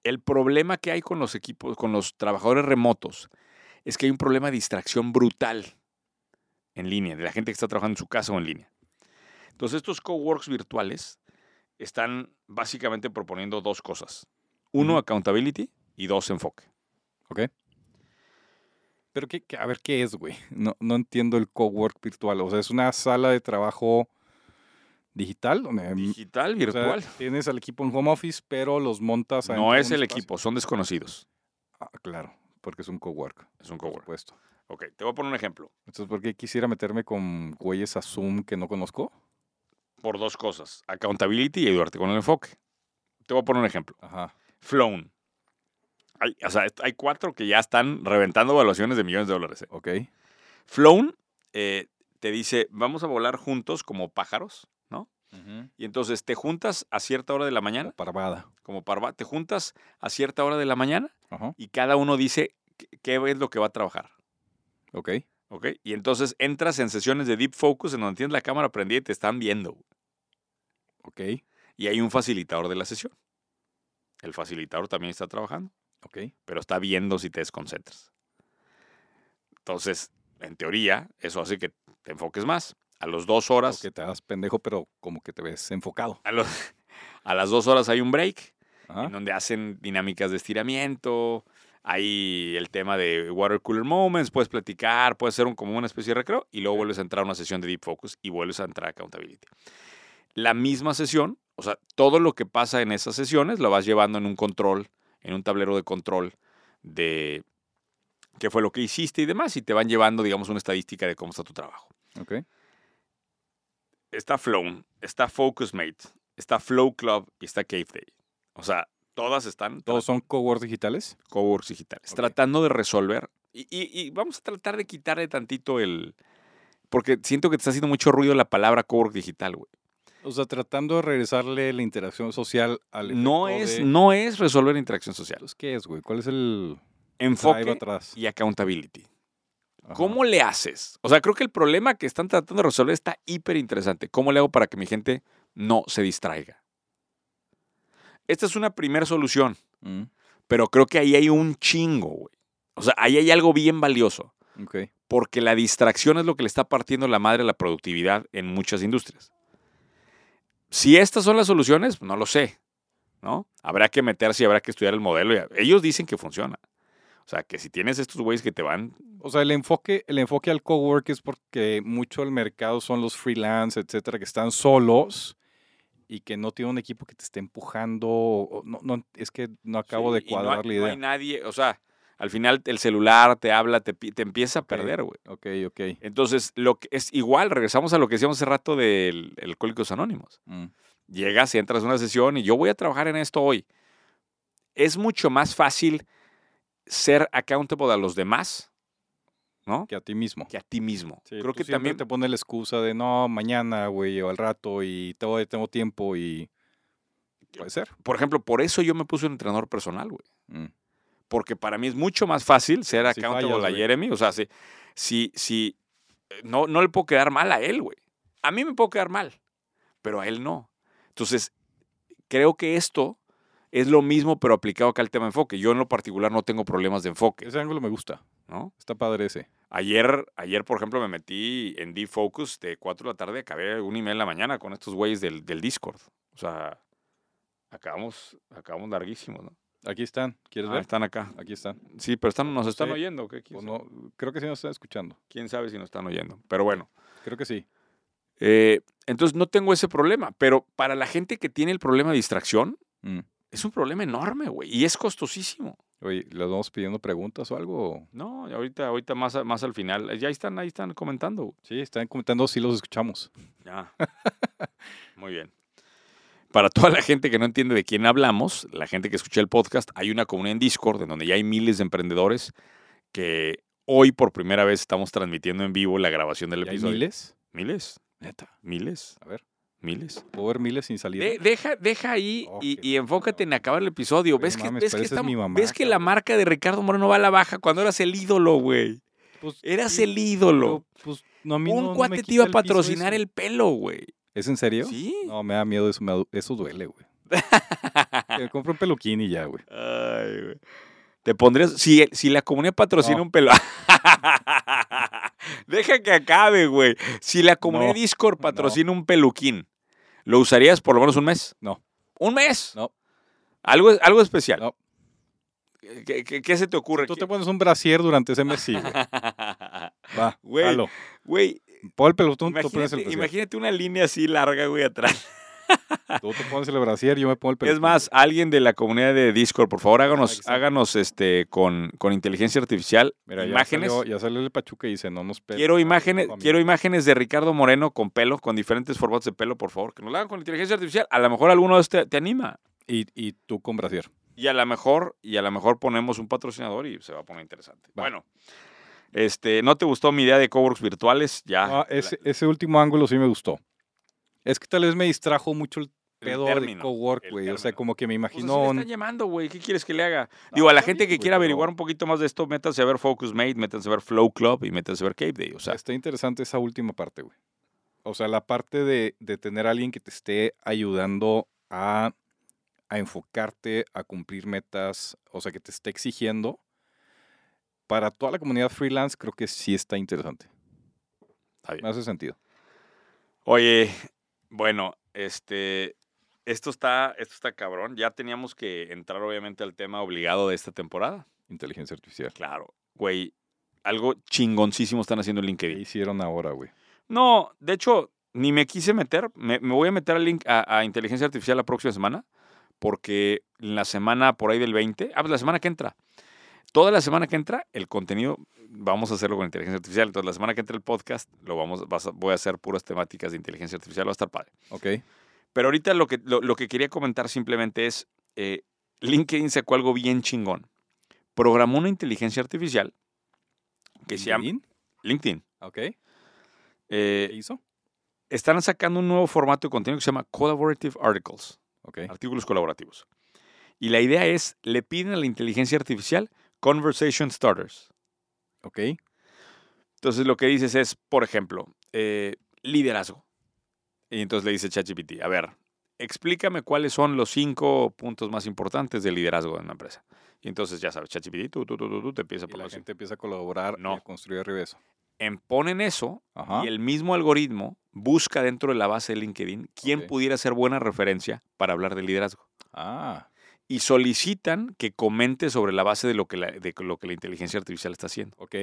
[SPEAKER 1] el problema que hay con los equipos, con los trabajadores remotos, es que hay un problema de distracción brutal en línea, de la gente que está trabajando en su casa o en línea. Entonces, estos coworks virtuales están básicamente proponiendo dos cosas. Uno, accountability y dos, enfoque.
[SPEAKER 2] ¿Ok? Pero qué, qué- a ver, ¿qué es, güey? [LAUGHS] No, no entiendo el cowork virtual. O sea, es una sala de trabajo digital donde mm,
[SPEAKER 1] Digital,
[SPEAKER 2] o sea,
[SPEAKER 1] virtual.
[SPEAKER 2] tienes al equipo en home office, pero los montas adentro
[SPEAKER 1] no
[SPEAKER 2] de
[SPEAKER 1] es
[SPEAKER 2] un
[SPEAKER 1] el
[SPEAKER 2] espacio.
[SPEAKER 1] equipo, son desconocidos.
[SPEAKER 2] Ah, claro, porque es un cowork,
[SPEAKER 1] Es un
[SPEAKER 2] por
[SPEAKER 1] cowork.
[SPEAKER 2] supuesto.
[SPEAKER 1] Ok, te voy a poner un ejemplo.
[SPEAKER 2] Entonces, ¿por qué quisiera meterme con güeyes a Zoom que no conozco?
[SPEAKER 1] Por dos cosas, accountability y ayudarte con el enfoque. Te voy a poner un ejemplo.
[SPEAKER 2] Ajá.
[SPEAKER 1] Flown. Hay, o sea, est- hay cuatro que ya están reventando evaluaciones de millones de dólares. ¿eh?
[SPEAKER 2] Ok.
[SPEAKER 1] Flown eh, te dice, vamos a volar juntos como pájaros, ¿no? Y entonces te juntas a cierta hora de la mañana,
[SPEAKER 2] Como Parvada.
[SPEAKER 1] como parva, te juntas a cierta hora de la mañana
[SPEAKER 2] Ajá.
[SPEAKER 1] y cada uno dice qué- qué es lo que va a trabajar.
[SPEAKER 2] Ok.
[SPEAKER 1] ¿Ok? Y entonces entras en sesiones de deep focus en donde tienes la cámara prendida y te están viendo.
[SPEAKER 2] Ok.
[SPEAKER 1] Y hay un facilitador de la sesión. El facilitador también está trabajando,
[SPEAKER 2] Ok.
[SPEAKER 1] pero está viendo si te desconcentras. Entonces, en teoría, eso hace que te enfoques más. A las dos horas,
[SPEAKER 2] Que te das pendejo, pero como que te ves enfocado.
[SPEAKER 1] a, los- [LAUGHS] a las dos horas hay un break
[SPEAKER 2] Ajá.
[SPEAKER 1] en donde hacen dinámicas de estiramiento. Hay el tema de water cooler moments, puedes platicar, puedes hacer un, como una especie de recreo y luego vuelves a entrar a una sesión de deep focus y vuelves a entrar a accountability. La misma sesión, o sea, todo lo que pasa en esas sesiones lo vas llevando en un control, en un tablero de control de qué fue lo que hiciste y demás y te van llevando, digamos, una estadística de cómo está tu trabajo.
[SPEAKER 2] Ok.
[SPEAKER 1] Está Flown, está Focusmate, está Flow Club y está Cave Day. O sea, todas están...
[SPEAKER 2] ¿Todos son coworks digitales?
[SPEAKER 1] coworks digitales,
[SPEAKER 2] Ok.
[SPEAKER 1] tratando de resolver. Y, y- y vamos a tratar de quitarle tantito el. Porque siento que te está haciendo mucho ruido la palabra cowork digital, güey.
[SPEAKER 2] O sea, tratando de regresarle la interacción social al
[SPEAKER 1] No
[SPEAKER 2] efecto
[SPEAKER 1] es,
[SPEAKER 2] de-
[SPEAKER 1] no es resolver interacción social.
[SPEAKER 2] Entonces, ¿qué es, güey? ¿Cuál es el drive
[SPEAKER 1] Enfoque
[SPEAKER 2] atrás?
[SPEAKER 1] y accountability.
[SPEAKER 2] Ajá.
[SPEAKER 1] ¿Cómo le haces? O sea, creo que el problema que están tratando de resolver está hiper interesante. ¿Cómo le hago para que mi gente no se distraiga? Esta es una primera solución.
[SPEAKER 2] Mm,
[SPEAKER 1] pero creo que ahí hay un chingo, güey. O sea, ahí hay algo bien valioso,
[SPEAKER 2] Ok.
[SPEAKER 1] porque la distracción es lo que le está partiendo la madre a la productividad en muchas industrias. Si estas son las soluciones, pues, no lo sé, ¿no? Habrá que meterse y habrá que estudiar el modelo. y- Ellos dicen que funciona. O sea, que si tienes estos güeyes que te van,
[SPEAKER 2] O sea, el enfoque, el enfoque al cowork es porque mucho el mercado son los freelance, etcétera, que están solos y que no tienen un equipo que te esté empujando. o- o no, no, es que no acabo
[SPEAKER 1] Sí,
[SPEAKER 2] de
[SPEAKER 1] y no hay-
[SPEAKER 2] cuadrar la idea.
[SPEAKER 1] No hay nadie, o sea, al final el celular te habla, te, pi- te empieza a perder, güey.
[SPEAKER 2] Ok, ok.
[SPEAKER 1] Entonces, lo que es igual, regresamos a lo que decíamos hace rato del Alcohólicos Anónimos.
[SPEAKER 2] Mm,
[SPEAKER 1] llegas y entras a una sesión y yo voy a trabajar en esto hoy. Es mucho más fácil ser accountable a los demás, ¿no?
[SPEAKER 2] Que a ti mismo.
[SPEAKER 1] Que a ti mismo.
[SPEAKER 2] Sí,
[SPEAKER 1] Creo
[SPEAKER 2] tú
[SPEAKER 1] que
[SPEAKER 2] siempre
[SPEAKER 1] también
[SPEAKER 2] te pone la excusa de no, mañana, güey, o al rato y todavía tengo tiempo y puede ser.
[SPEAKER 1] por ejemplo, por eso yo me puse un entrenador personal, güey.
[SPEAKER 2] Mm,
[SPEAKER 1] Porque para mí es mucho más fácil ser
[SPEAKER 2] Si
[SPEAKER 1] accountable
[SPEAKER 2] fallas,
[SPEAKER 1] a
[SPEAKER 2] güey.
[SPEAKER 1] Jeremy. O sea, si, si, si- eh, no, no le puedo quedar mal a él, güey. A mí me puedo quedar mal, pero a él no. Entonces, creo que esto es lo mismo, pero aplicado acá al tema de enfoque. Yo en lo particular no tengo problemas de enfoque,
[SPEAKER 2] Ese ángulo me gusta.
[SPEAKER 1] ¿no?
[SPEAKER 2] Está padre ese.
[SPEAKER 1] Ayer, ayer, por ejemplo, me metí en Deep Focus de 4 de la tarde, acabé un email en la mañana con estos güeyes del, del Discord. O sea, acabamos, acabamos larguísimos, ¿no?
[SPEAKER 2] Aquí están. ¿Quieres
[SPEAKER 1] Ah,
[SPEAKER 2] ver?
[SPEAKER 1] están acá.
[SPEAKER 2] Aquí están.
[SPEAKER 1] Sí, pero están, nos están
[SPEAKER 2] Sí.
[SPEAKER 1] oyendo. ¿o qué? ¿Quién,
[SPEAKER 2] O
[SPEAKER 1] sabe?
[SPEAKER 2] no, creo que sí nos están escuchando.
[SPEAKER 1] ¿Quién sabe si nos están oyendo? Pero bueno.
[SPEAKER 2] Creo que sí.
[SPEAKER 1] eh, entonces no tengo ese problema. Pero para la gente que tiene el problema de distracción,
[SPEAKER 2] Mm.
[SPEAKER 1] es un problema enorme, güey. Y es costosísimo.
[SPEAKER 2] Oye, ¿les vamos pidiendo preguntas o algo?
[SPEAKER 1] No, ahorita, ahorita más, a- más al final. Eh, Ya están, ahí están comentando, güey.
[SPEAKER 2] Sí, están comentando si los escuchamos.
[SPEAKER 1] Ya. Ah, Muy bien. Para toda la gente que no entiende de quién hablamos, la gente que escucha el podcast, hay una comunidad en Discord en donde ya hay miles de emprendedores que hoy por primera vez estamos transmitiendo en vivo la grabación del
[SPEAKER 2] ¿Ya hay
[SPEAKER 1] episodio.
[SPEAKER 2] miles?
[SPEAKER 1] Miles,
[SPEAKER 2] Neta.
[SPEAKER 1] miles.
[SPEAKER 2] A ver.
[SPEAKER 1] Miles.
[SPEAKER 2] Puedo ver miles sin salida.
[SPEAKER 1] De- deja, deja ahí
[SPEAKER 2] Oh,
[SPEAKER 1] y,
[SPEAKER 2] qué
[SPEAKER 1] y enfócate en acabar el episodio.
[SPEAKER 2] Oye,
[SPEAKER 1] ¿Ves, que,
[SPEAKER 2] mames,
[SPEAKER 1] ves,
[SPEAKER 2] pero
[SPEAKER 1] que
[SPEAKER 2] esa es
[SPEAKER 1] estamos-
[SPEAKER 2] mi mamá,
[SPEAKER 1] ves que la
[SPEAKER 2] cabrón.
[SPEAKER 1] marca de Ricardo Moreno va a la baja cuando eras el ídolo, güey.
[SPEAKER 2] Pues,
[SPEAKER 1] Eras
[SPEAKER 2] sí,
[SPEAKER 1] el ídolo.
[SPEAKER 2] pero, pues, no, a mí
[SPEAKER 1] Un
[SPEAKER 2] no- no me
[SPEAKER 1] cuate te
[SPEAKER 2] quita
[SPEAKER 1] iba a
[SPEAKER 2] el piso
[SPEAKER 1] patrocinar
[SPEAKER 2] eso.
[SPEAKER 1] el pelo, güey.
[SPEAKER 2] ¿Es en serio?
[SPEAKER 1] ¿Sí?
[SPEAKER 2] No, me da miedo eso. me da- eso duele, [LAUGHS] güey. Que me compro un peluquín y ya, güey.
[SPEAKER 1] Ay, güey. Te pondrías. Si, si la comunidad patrocina
[SPEAKER 2] No.
[SPEAKER 1] un pelo. [LAUGHS] Deja que acabe, güey. Si la comunidad
[SPEAKER 2] No,
[SPEAKER 1] Discord patrocina un peluquín, ¿lo usarías por lo menos un mes?
[SPEAKER 2] No.
[SPEAKER 1] ¿Un mes?
[SPEAKER 2] No.
[SPEAKER 1] Algo, algo especial.
[SPEAKER 2] No.
[SPEAKER 1] ¿Qué, qué- qué se te ocurre?
[SPEAKER 2] Tú
[SPEAKER 1] ¿Qué-
[SPEAKER 2] te pones un brasier durante ese mes, sí, güey. Va,
[SPEAKER 1] Güey,
[SPEAKER 2] jalo.
[SPEAKER 1] [LAUGHS] Güey,
[SPEAKER 2] Pon el pelotón, tú pones el
[SPEAKER 1] imagínate,
[SPEAKER 2] brasier.
[SPEAKER 1] imagínate una línea así larga, güey, atrás.
[SPEAKER 2] Tú te pones el brasier, yo me pongo el pelotón.
[SPEAKER 1] Es más, alguien de la comunidad de Discord, por favor,
[SPEAKER 2] Ah,
[SPEAKER 1] háganos,
[SPEAKER 2] exacto.
[SPEAKER 1] háganos este, con, con inteligencia artificial
[SPEAKER 2] Mira, ya
[SPEAKER 1] imágenes.
[SPEAKER 2] Salió, ya salió el Pachuca y dice, no nos peles.
[SPEAKER 1] Quiero imágenes,
[SPEAKER 2] Familia.
[SPEAKER 1] quiero imágenes de Ricardo Moreno con pelo, con diferentes formatos de pelo, por favor. Que nos la hagan con inteligencia artificial. A lo mejor alguno de este te anima.
[SPEAKER 2] Y, y tú con brasier.
[SPEAKER 1] Y a lo mejor, y a lo mejor ponemos un patrocinador y se va a poner interesante.
[SPEAKER 2] Va.
[SPEAKER 1] Bueno, este, ¿no te gustó mi idea de coworks virtuales? Ya.
[SPEAKER 2] Ah, ese, ese último ángulo sí me gustó. Es que tal vez me distrajo mucho el pedo de
[SPEAKER 1] término,
[SPEAKER 2] cowork,
[SPEAKER 1] el
[SPEAKER 2] güey. O sea,
[SPEAKER 1] término.
[SPEAKER 2] como que me
[SPEAKER 1] Pues así
[SPEAKER 2] imagino...
[SPEAKER 1] le están llamando, güey. ¿Qué quieres que le haga? Digo, a la
[SPEAKER 2] está
[SPEAKER 1] gente
[SPEAKER 2] bien,
[SPEAKER 1] que
[SPEAKER 2] Ah, güey,
[SPEAKER 1] quiera
[SPEAKER 2] pero-
[SPEAKER 1] averiguar un poquito más de esto, métanse a ver Focus Mate, métanse a ver Flow Club y métanse a ver Cape Day. O sea,
[SPEAKER 2] Está interesante esa última parte, güey. O sea, la parte de, de tener a alguien que te esté ayudando a, a enfocarte, a cumplir metas, o sea, que te esté exigiendo. Para toda la comunidad freelance, creo que sí está interesante.
[SPEAKER 1] Está bien.
[SPEAKER 2] Me hace sentido.
[SPEAKER 1] Oye, bueno, este, esto está, esto está cabrón. Ya teníamos que entrar obviamente al tema obligado de esta temporada.
[SPEAKER 2] Inteligencia artificial.
[SPEAKER 1] Claro, güey, algo chingoncísimo están haciendo en
[SPEAKER 2] ¿Qué
[SPEAKER 1] LinkedIn.
[SPEAKER 2] hicieron ahora, güey?
[SPEAKER 1] No, de hecho, ni me quise meter. Me, me voy a meter al link a, a inteligencia artificial la próxima semana, porque en la semana por ahí del 20, ah, pues la semana que entra. Toda la semana que entra, el contenido vamos a hacerlo con inteligencia artificial. Entonces, la semana que entra el podcast, lo vamos, vas a- voy a hacer puras temáticas de inteligencia artificial. Va a estar padre.
[SPEAKER 2] Ok.
[SPEAKER 1] Pero ahorita lo que, lo, lo que quería comentar simplemente es, eh, LinkedIn sacó algo bien chingón. Programó una inteligencia artificial que se llama
[SPEAKER 2] ¿LinkedIn?
[SPEAKER 1] LinkedIn.
[SPEAKER 2] Ok.
[SPEAKER 1] Eh,
[SPEAKER 2] ¿Qué hizo?
[SPEAKER 1] están sacando un nuevo formato de contenido que se llama Collaborative Articles,
[SPEAKER 2] Ok.
[SPEAKER 1] artículos colaborativos. Y la idea es, le piden a la inteligencia artificial conversation starters.
[SPEAKER 2] Ok.
[SPEAKER 1] Entonces lo que dices es, por ejemplo, eh, liderazgo. Y entonces le dice ChatGPT, a ver, explícame cuáles son los cinco puntos más importantes del liderazgo en una empresa. Y entonces ya sabes, ChatGPT, tú, tú, tú, tú, tú, te empieza
[SPEAKER 2] Y
[SPEAKER 1] por
[SPEAKER 2] la
[SPEAKER 1] los cinco.
[SPEAKER 2] gente empieza a colaborar
[SPEAKER 1] No.
[SPEAKER 2] y a construir arriba de eso.
[SPEAKER 1] En ponen eso
[SPEAKER 2] Ajá.
[SPEAKER 1] y el mismo algoritmo busca dentro de la base de LinkedIn quién
[SPEAKER 2] Ok.
[SPEAKER 1] pudiera ser buena referencia para hablar de liderazgo.
[SPEAKER 2] Ah.
[SPEAKER 1] y solicitan que comente sobre la base de lo que la, de lo que la inteligencia artificial está haciendo.
[SPEAKER 2] Ok.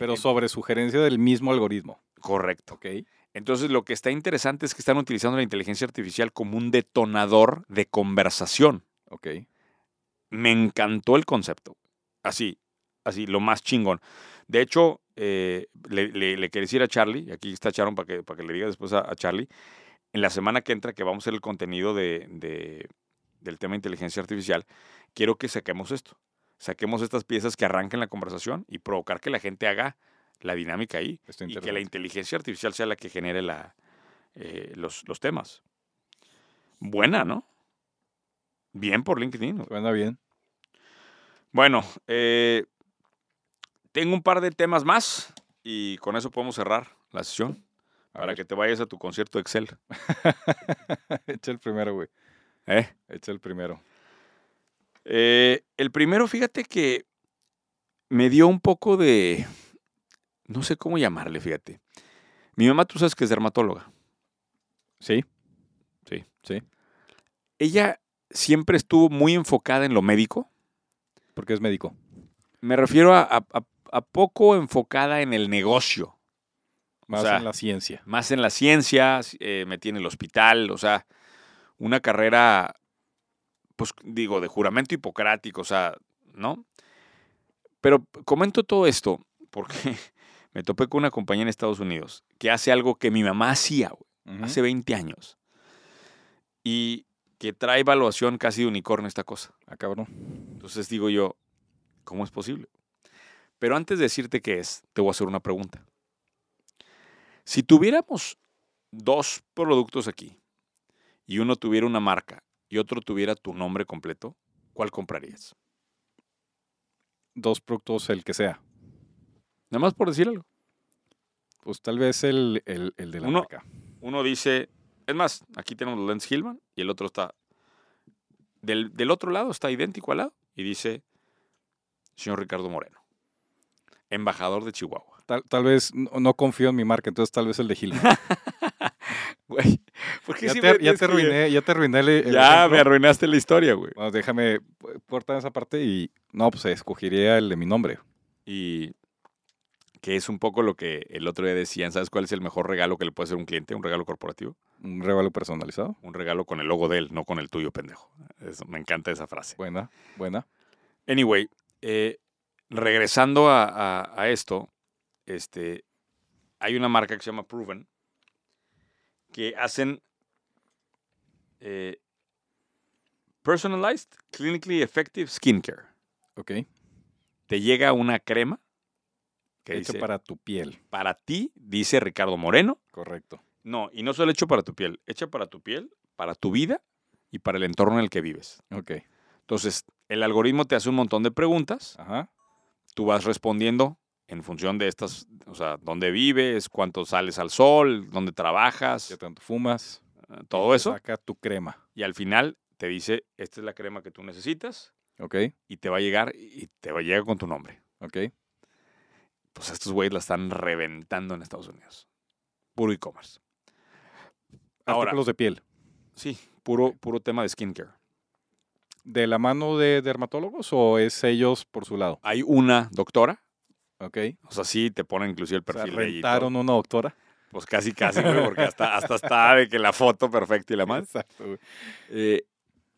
[SPEAKER 2] Pero sobre sugerencia del mismo algoritmo.
[SPEAKER 1] Correcto.
[SPEAKER 2] Ok.
[SPEAKER 1] Entonces, lo que está interesante es que están utilizando la inteligencia artificial como un detonador de conversación.
[SPEAKER 2] Ok.
[SPEAKER 1] Me encantó el concepto. Así, así, lo más chingón. De hecho, eh, le, le, le quería decir a Charlie, y aquí está Charon para que, para que le diga después a, a Charlie, en la semana que entra, que vamos a hacer el contenido de- de, del tema de inteligencia artificial, quiero que saquemos esto. Saquemos estas piezas que arranquen la conversación y provocar que la gente haga la dinámica ahí
[SPEAKER 2] Está
[SPEAKER 1] y que la
[SPEAKER 2] interesante.
[SPEAKER 1] inteligencia artificial sea la que genere la, eh, los, los temas. Buena, ¿no? Bien por LinkedIn. güey.
[SPEAKER 2] Suena bien.
[SPEAKER 1] Bueno, eh, tengo un par de temas más y con eso podemos cerrar la sesión
[SPEAKER 2] A
[SPEAKER 1] para
[SPEAKER 2] ver.
[SPEAKER 1] que te vayas a tu concierto de Excel.
[SPEAKER 2] [LAUGHS] Echa el primero, güey.
[SPEAKER 1] ¿eh?
[SPEAKER 2] Echa el primero.
[SPEAKER 1] Eh, el primero, fíjate que me dio un poco de. No sé cómo llamarle, fíjate. Mi mamá, tú sabes que es dermatóloga.
[SPEAKER 2] Sí.
[SPEAKER 1] Sí.
[SPEAKER 2] Sí.
[SPEAKER 1] Ella siempre estuvo muy enfocada en lo médico.
[SPEAKER 2] Porque es médico.
[SPEAKER 1] Me refiero a, a- a- a poco enfocada en el negocio,
[SPEAKER 2] Más
[SPEAKER 1] sea,
[SPEAKER 2] en la ciencia.
[SPEAKER 1] más en las ciencias, eh, metí en el hospital, o sea, una carrera, pues digo, de juramento hipocrático, o sea, ¿no? Pero comento todo esto porque [LAUGHS] me topé con una compañía en Estados Unidos que hace algo que mi mamá hacía, güey.
[SPEAKER 2] Ujú.
[SPEAKER 1] hace 20 años. Y que trae valuación casi de unicornio esta cosa.
[SPEAKER 2] Ah, cabrón.
[SPEAKER 1] Entonces digo yo, ¿cómo es posible? Pero antes de decirte qué es, te voy a hacer una pregunta. Si tuviéramos dos productos aquí y uno tuviera una marca y otro tuviera tu nombre completo, ¿cuál comprarías?
[SPEAKER 2] Dos productos, el que sea.
[SPEAKER 1] Nada más por decir algo.
[SPEAKER 2] Pues tal vez el, el, el de la
[SPEAKER 1] Uno-
[SPEAKER 2] marca.
[SPEAKER 1] Uno dice, es más, aquí tenemos los lentes Hillman y el otro está, del, del otro lado está idéntico al lado y dice, señor Ricardo Moreno, embajador de Chihuahua. [LAUGHS]
[SPEAKER 2] Tal, tal vez no, no confío en mi marca, entonces tal vez el de Hillman.
[SPEAKER 1] Güey, ¿por qué
[SPEAKER 2] ya,
[SPEAKER 1] siempre
[SPEAKER 2] te, ya
[SPEAKER 1] tienes
[SPEAKER 2] te
[SPEAKER 1] que-
[SPEAKER 2] arruiné, ya te arruiné el, el
[SPEAKER 1] Ya,
[SPEAKER 2] ejemplo.
[SPEAKER 1] me arruinaste la historia, güey.
[SPEAKER 2] Bueno, déjame eh, cortar esa parte y no, pues escogería el de mi nombre.
[SPEAKER 1] Y que es un poco lo que el otro día decían, ¿sabes cuál es el mejor regalo que le puede hacer un cliente? Un regalo corporativo.
[SPEAKER 2] Un regalo personalizado.
[SPEAKER 1] Un regalo con el logo de él, no con el tuyo, pendejo. Eso, me encanta esa frase.
[SPEAKER 2] Buena, buena.
[SPEAKER 1] Anyway, eh, regresando a, a- a esto, este, hay una marca que se llama Proven que hacen eh, personalized, clinically effective skincare.
[SPEAKER 2] Ok.
[SPEAKER 1] Te llega una crema que
[SPEAKER 2] Hecho
[SPEAKER 1] dice, para...
[SPEAKER 2] para tu piel.
[SPEAKER 1] ti, dice Ricardo Moreno.
[SPEAKER 2] Correcto.
[SPEAKER 1] No, y no solo hecho para tu piel, hecha para tu piel, para tu vida y para el entorno en el que vives.
[SPEAKER 2] Ok.
[SPEAKER 1] Entonces, el algoritmo te hace un montón de preguntas
[SPEAKER 2] Ajá.
[SPEAKER 1] tú vas respondiendo en función de estas, o sea, dónde vives, cuánto sales al sol, dónde trabajas,
[SPEAKER 2] ¿Qué tanto fumas?
[SPEAKER 1] eh, todo eso.
[SPEAKER 2] Saca tu crema.
[SPEAKER 1] Y al final te dice, esta es la crema que tú necesitas
[SPEAKER 2] Ok.
[SPEAKER 1] y te va a llegar y te va a llegar con tu nombre.
[SPEAKER 2] Ok.
[SPEAKER 1] Pues estos güeyes la están reventando en Estados Unidos. Puro e-commerce. Ahora,
[SPEAKER 2] Artículos de piel.
[SPEAKER 1] sí, puro, puro tema de skincare.
[SPEAKER 2] ¿De la mano de dermatólogos o es ellos por su lado?
[SPEAKER 1] Hay una doctora,
[SPEAKER 2] Ok.
[SPEAKER 1] o sea, sí te ponen inclusive el
[SPEAKER 2] O sea,
[SPEAKER 1] perfil de ella y todo.
[SPEAKER 2] rentaron una doctora.
[SPEAKER 1] Pues casi, casi, güey, [LAUGHS] porque hasta, hasta está de que la foto perfecta y la más.
[SPEAKER 2] Exacto, güey.
[SPEAKER 1] Eh,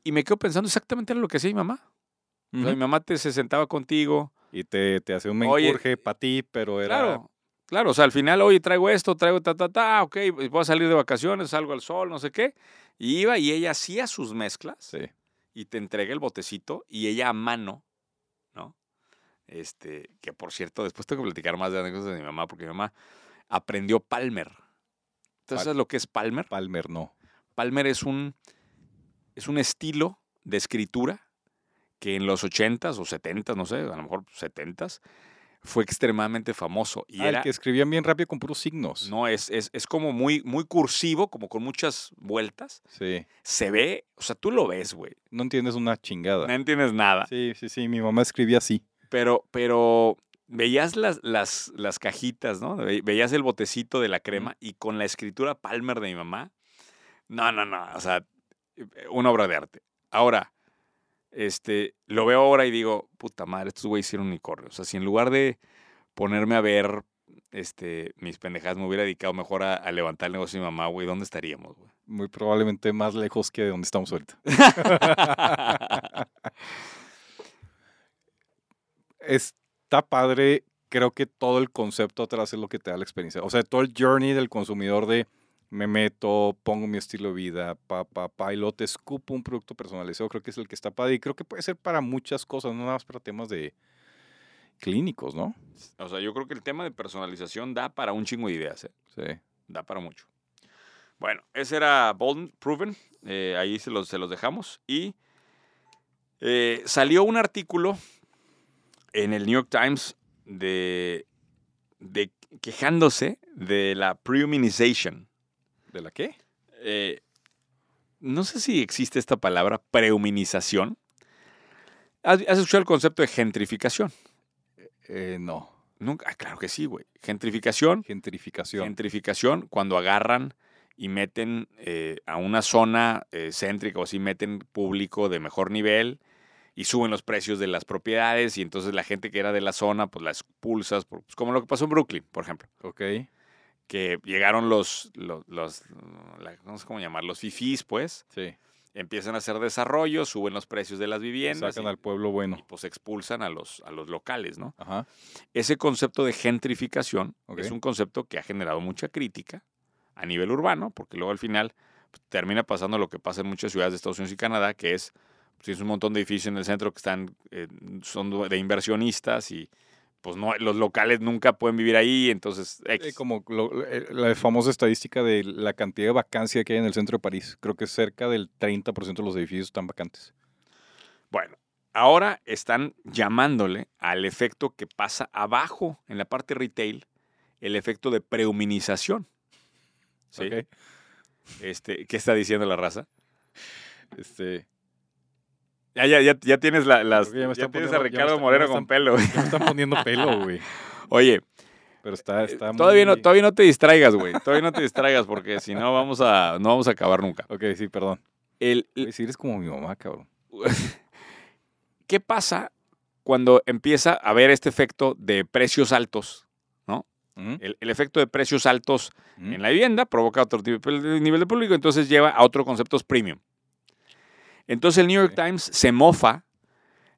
[SPEAKER 1] y me quedo pensando exactamente en lo que hacía mi mamá. O sea, mi mamá te, se sentaba contigo.
[SPEAKER 2] Y te, te hace un
[SPEAKER 1] Oye,
[SPEAKER 2] menjurje para ti, pero era.
[SPEAKER 1] Claro, claro. O sea, al final, oye, traigo esto, traigo ta, ta, ta, ok, pues voy a salir de vacaciones, salgo al sol, no sé qué. Y iba y ella hacía sus mezclas
[SPEAKER 2] Sí.
[SPEAKER 1] y te entrega el botecito y ella a mano, ¿no? Este, que por cierto, después tengo que platicar más de anécdotas de mi mamá, porque mi mamá aprendió Palmer.
[SPEAKER 2] Pal-
[SPEAKER 1] Entonces, ¿sabes lo que es Palmer?
[SPEAKER 2] Palmer no.
[SPEAKER 1] Palmer es un, es un estilo de escritura que en los 80s o 70s, no sé, a lo mejor 70s, fue extremadamente famoso. Y
[SPEAKER 2] Ah,
[SPEAKER 1] era,
[SPEAKER 2] el que escribían bien rápido con puros signos.
[SPEAKER 1] no, es, es, es como muy, muy cursivo, como con muchas vueltas.
[SPEAKER 2] Sí.
[SPEAKER 1] Se ve, o sea, tú lo ves, güey.
[SPEAKER 2] No entiendes una chingada.
[SPEAKER 1] No entiendes nada.
[SPEAKER 2] Sí, sí, sí. Mi mamá escribía así.
[SPEAKER 1] Pero, pero veías las, las, las cajitas, ¿no? Ve- Veías el botecito de la crema y con la escritura Palmer de mi mamá. No, no, no. O sea, eh, una obra de arte. Ahora, este, lo veo ahora y digo, puta madre, estos güeyes hicieron unicornio. O sea, si en lugar de ponerme a ver este, mis pendejadas me hubiera dedicado mejor a, a levantar el negocio de mi mamá, güey, ¿dónde estaríamos, güey?
[SPEAKER 2] Muy probablemente más lejos que de donde
[SPEAKER 1] [LAUGHS]
[SPEAKER 2] estamos ahorita. Está padre. Creo que todo el concepto atrás es lo que te da la experiencia. O sea, todo el journey del consumidor de me meto, pongo mi estilo de vida, pa, pa, pa, y luego te escupo un producto personalizado. Creo que es el que está padre. Y creo que puede ser para muchas cosas, no nada más para temas de clínicos, ¿no?
[SPEAKER 1] o sea, yo creo que el tema de personalización da para un chingo de ideas, ¿eh?
[SPEAKER 2] Sí.
[SPEAKER 1] da para mucho. Bueno, ese era Bolden Proven. eh, ahí se los, se los dejamos. Y eh, salió un artículo en el New York Times de, de quejándose de la preuminization.
[SPEAKER 2] ¿De la qué?
[SPEAKER 1] Eh, no sé si existe esta palabra, preuminización. ¿Has, has escuchado el concepto de gentrificación?
[SPEAKER 2] Eh, no.
[SPEAKER 1] Nunca, ah, claro que sí, güey. Gentrificación
[SPEAKER 2] Gentrificación.
[SPEAKER 1] gentrificación, cuando agarran y meten eh, a una zona eh, céntrica o así, meten público de mejor nivel y suben los precios de las propiedades y entonces la gente que era de la zona, pues la expulsas, por- pues, como lo que pasó en Brooklyn, por ejemplo,
[SPEAKER 2] ok.
[SPEAKER 1] que llegaron los, los, los, la- no sé cómo llamar, los fifís, pues,
[SPEAKER 2] Sí.
[SPEAKER 1] empiezan a hacer desarrollo, suben los precios de las viviendas
[SPEAKER 2] Sacan
[SPEAKER 1] y,
[SPEAKER 2] al pueblo
[SPEAKER 1] y,
[SPEAKER 2] bueno.
[SPEAKER 1] pues expulsan a los, a los locales, ¿no?
[SPEAKER 2] Ajá.
[SPEAKER 1] ese concepto de gentrificación
[SPEAKER 2] Ok.
[SPEAKER 1] es un concepto que ha generado mucha crítica a nivel urbano, porque luego al final pues, termina pasando lo que pasa en muchas ciudades de Estados Unidos y Canadá, que es, pues, tienes un montón de edificios en el centro que están, eh, son du- de inversionistas y pues no, los locales nunca pueden vivir ahí, entonces X.
[SPEAKER 2] Eh, como lo- eh, la famosa estadística de la cantidad de vacancia que hay en el centro de París. Creo que cerca del 30% de los edificios están vacantes.
[SPEAKER 1] Bueno, ahora están llamándole al efecto que pasa abajo en la parte retail, el efecto de prehumanización. ¿Sí?
[SPEAKER 2] ¿ok?
[SPEAKER 1] Este, ¿Qué está diciendo la raza?
[SPEAKER 2] Este,
[SPEAKER 1] Ya, ya, ya, ya tienes la- las.
[SPEAKER 2] Creo que ya
[SPEAKER 1] Ya,
[SPEAKER 2] me están
[SPEAKER 1] tienes
[SPEAKER 2] poniendo-
[SPEAKER 1] a
[SPEAKER 2] ya me
[SPEAKER 1] Ricardo
[SPEAKER 2] están-
[SPEAKER 1] Moreno
[SPEAKER 2] ya me
[SPEAKER 1] con pelo.
[SPEAKER 2] [LAUGHS]
[SPEAKER 1] güey.
[SPEAKER 2] ya me están poniendo pelo, [LAUGHS] güey.
[SPEAKER 1] Oye,
[SPEAKER 2] Pero está, está
[SPEAKER 1] eh, todavía,
[SPEAKER 2] muy-
[SPEAKER 1] no, todavía no te distraigas, güey. Todavía no te distraigas porque si no vamos a, no vamos a acabar nunca.
[SPEAKER 2] Ok, sí, perdón.
[SPEAKER 1] El,
[SPEAKER 2] Güey, si eres como mi mamá, cabrón.
[SPEAKER 1] ¿qué pasa cuando empieza a haber este efecto de precios altos?
[SPEAKER 2] ¿Mm?
[SPEAKER 1] El, el efecto de precios altos
[SPEAKER 2] ¿Mm?
[SPEAKER 1] en la vivienda provoca otro tipo de nivel de público, entonces lleva a otros conceptos premium. Entonces el New York
[SPEAKER 2] Ok.
[SPEAKER 1] Times se mofa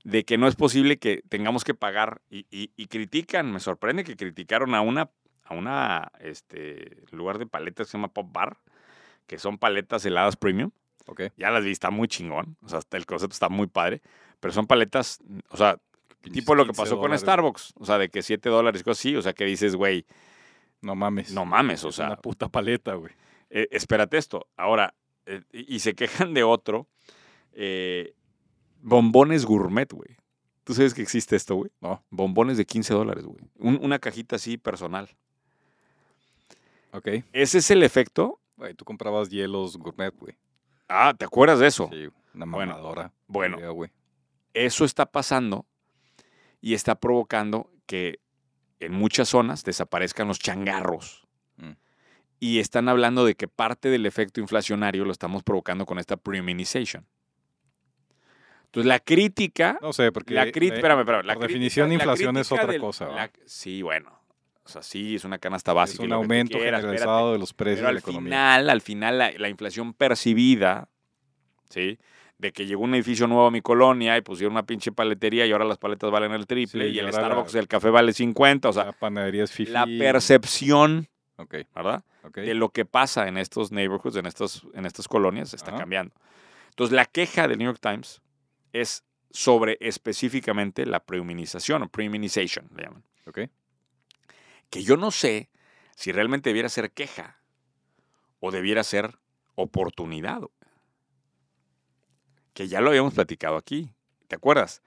[SPEAKER 1] de que no es posible que tengamos que pagar y, y- y critican, me sorprende que criticaron a una, a una este, lugar de paletas que se llama Pop Bar, que son paletas heladas premium.
[SPEAKER 2] Ok.
[SPEAKER 1] Ya las vi, está muy chingón, o sea, hasta el concepto está muy padre, pero son paletas, o sea, tipo lo que
[SPEAKER 2] 15
[SPEAKER 1] pasó con
[SPEAKER 2] dólares.
[SPEAKER 1] Starbucks, o sea, de que 7 dólares y cosas así, o sea, que dices, güey,
[SPEAKER 2] No mames.
[SPEAKER 1] no mames, o
[SPEAKER 2] Es una
[SPEAKER 1] sea,
[SPEAKER 2] puta paleta, güey.
[SPEAKER 1] eh, espérate esto. Ahora, eh, y y se quejan de otro. eh, bombones gourmet, güey. ¿Tú sabes que existe esto, güey?
[SPEAKER 2] No.
[SPEAKER 1] Bombones de 15 dólares, güey. Un- una cajita así personal.
[SPEAKER 2] Ok.
[SPEAKER 1] Ese es el efecto.
[SPEAKER 2] Güey, tú comprabas hielos gourmet, güey.
[SPEAKER 1] Ah, ¿te acuerdas de eso?
[SPEAKER 2] Sí, una
[SPEAKER 1] Bueno,
[SPEAKER 2] mamadora.
[SPEAKER 1] Bueno,
[SPEAKER 2] idea, güey.
[SPEAKER 1] eso está pasando y está provocando que en muchas zonas desaparezcan los changarros.
[SPEAKER 2] Mm.
[SPEAKER 1] Y están hablando de que parte del efecto inflacionario lo estamos provocando con esta premiumization. Entonces, la crítica.
[SPEAKER 2] No sé, porque...
[SPEAKER 1] la crítica. Espérame, espérame. La
[SPEAKER 2] por
[SPEAKER 1] crítica-
[SPEAKER 2] definición,
[SPEAKER 1] la
[SPEAKER 2] inflación es
[SPEAKER 1] crítica
[SPEAKER 2] otra
[SPEAKER 1] del-
[SPEAKER 2] cosa,
[SPEAKER 1] la-
[SPEAKER 2] ¿va?
[SPEAKER 1] sí, bueno. O sea, sí, es una canasta básica.
[SPEAKER 2] es
[SPEAKER 1] y
[SPEAKER 2] un
[SPEAKER 1] lo que tú
[SPEAKER 2] aumento
[SPEAKER 1] quieras, espérate.
[SPEAKER 2] generalizado de los precios
[SPEAKER 1] Pero
[SPEAKER 2] de la
[SPEAKER 1] al
[SPEAKER 2] economía.
[SPEAKER 1] final, al final, la, la inflación percibida, ¿sí? De que llegó un edificio nuevo a mi colonia y pusieron una pinche paletería y ahora las paletas valen el triple
[SPEAKER 2] Sí,
[SPEAKER 1] y
[SPEAKER 2] y
[SPEAKER 1] el
[SPEAKER 2] ahora la-
[SPEAKER 1] Starbucks del café vale 50. O sea,
[SPEAKER 2] la panadería es fifi.
[SPEAKER 1] la percepción,
[SPEAKER 2] Ok,
[SPEAKER 1] ¿verdad?
[SPEAKER 2] ok.
[SPEAKER 1] De lo que pasa en estos neighborhoods, en estas, en estas colonias, está
[SPEAKER 2] Ajá.
[SPEAKER 1] cambiando. Entonces, la queja del New York Times es sobre específicamente la prehumanización o prehumanization, le llaman.
[SPEAKER 2] Ok.
[SPEAKER 1] Que yo no sé si realmente debiera ser queja o debiera ser oportunidad. güey. Que ya lo habíamos platicado aquí, ¿te acuerdas?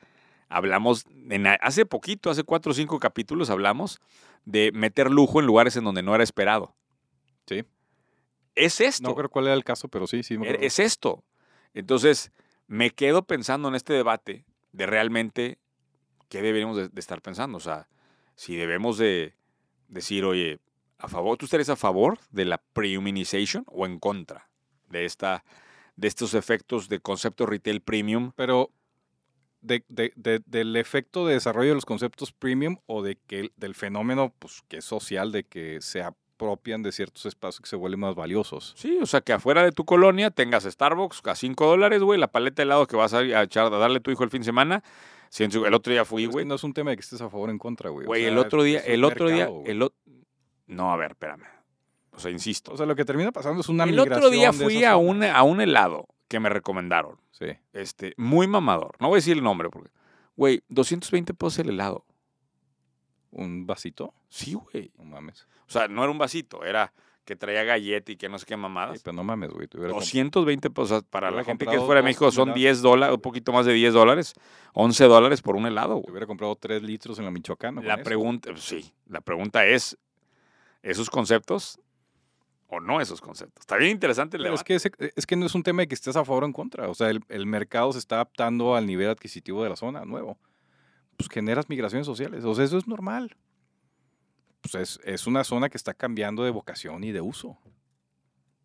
[SPEAKER 1] Hablamos, en, a- hace poquito, hace cuatro o cinco capítulos hablamos de meter lujo en lugares en donde no era esperado.
[SPEAKER 2] Sí.
[SPEAKER 1] Es esto. Er,
[SPEAKER 2] No creo cuál era el caso, pero sí, sí me acuerdo.
[SPEAKER 1] e, Es esto. Entonces, me quedo pensando en este debate de realmente qué deberíamos de, de estar pensando. O sea, si debemos de decir, oye, a favor, ¿tú estarías a favor de la prehumanization o en contra de esta de estos efectos de concepto retail premium?
[SPEAKER 2] Pero de- de- de- del efecto de desarrollo de los conceptos premium o de que el- del fenómeno pues, que es social de que se apropian de ciertos espacios que se vuelven más valiosos.
[SPEAKER 1] Sí, o sea, que afuera de tu colonia tengas Starbucks a 5 dólares, güey, la paleta de helado que vas a, a echar a darle a tu hijo el fin de semana. Si en su- el otro día fui,
[SPEAKER 2] Pero es que
[SPEAKER 1] güey,
[SPEAKER 2] no es un tema de que estés a favor o en contra, güey. O
[SPEAKER 1] Güey,
[SPEAKER 2] sea,
[SPEAKER 1] el otro
[SPEAKER 2] es-
[SPEAKER 1] día,
[SPEAKER 2] es un
[SPEAKER 1] el otro día,
[SPEAKER 2] mercado, güey.
[SPEAKER 1] el otro... No, a ver, espérame. O sea, insisto.
[SPEAKER 2] O sea, lo que termina pasando es una
[SPEAKER 1] el otro día
[SPEAKER 2] migración de
[SPEAKER 1] fui
[SPEAKER 2] esas
[SPEAKER 1] a
[SPEAKER 2] zonas.
[SPEAKER 1] un, a un helado que me recomendaron.
[SPEAKER 2] Sí.
[SPEAKER 1] Este, muy mamador. No voy a decir el nombre porque... Güey, 220 pesos el helado.
[SPEAKER 2] ¿Un vasito?
[SPEAKER 1] Sí, güey.
[SPEAKER 2] No mames.
[SPEAKER 1] O sea, no era un vasito, era que traía galleta y que no sé qué mamadas.
[SPEAKER 2] Sí, pero no mames, güey. te hubiera comp-
[SPEAKER 1] 220 pesos. o sea, Para la
[SPEAKER 2] hubiera
[SPEAKER 1] gente que es
[SPEAKER 2] comprado
[SPEAKER 1] fuera de
[SPEAKER 2] dos
[SPEAKER 1] México son
[SPEAKER 2] helados.
[SPEAKER 1] 10 dólares, un poquito más de 10 dólares, 11 dólares por un helado,
[SPEAKER 2] Te
[SPEAKER 1] güey.
[SPEAKER 2] hubiera comprado tres litros en la Michoacana.
[SPEAKER 1] La pregunta, pues, sí, la pregunta es, ¿esos conceptos o no esos conceptos? Está bien interesante el
[SPEAKER 2] Pero es
[SPEAKER 1] debate.
[SPEAKER 2] que, ese- es que no es un tema de que estés a favor o en contra. O sea, el, el mercado se está adaptando al nivel adquisitivo de la zona nuevo. Pues generas migraciones sociales. O sea, eso es normal. Pues es, es una zona que está cambiando de vocación y de uso.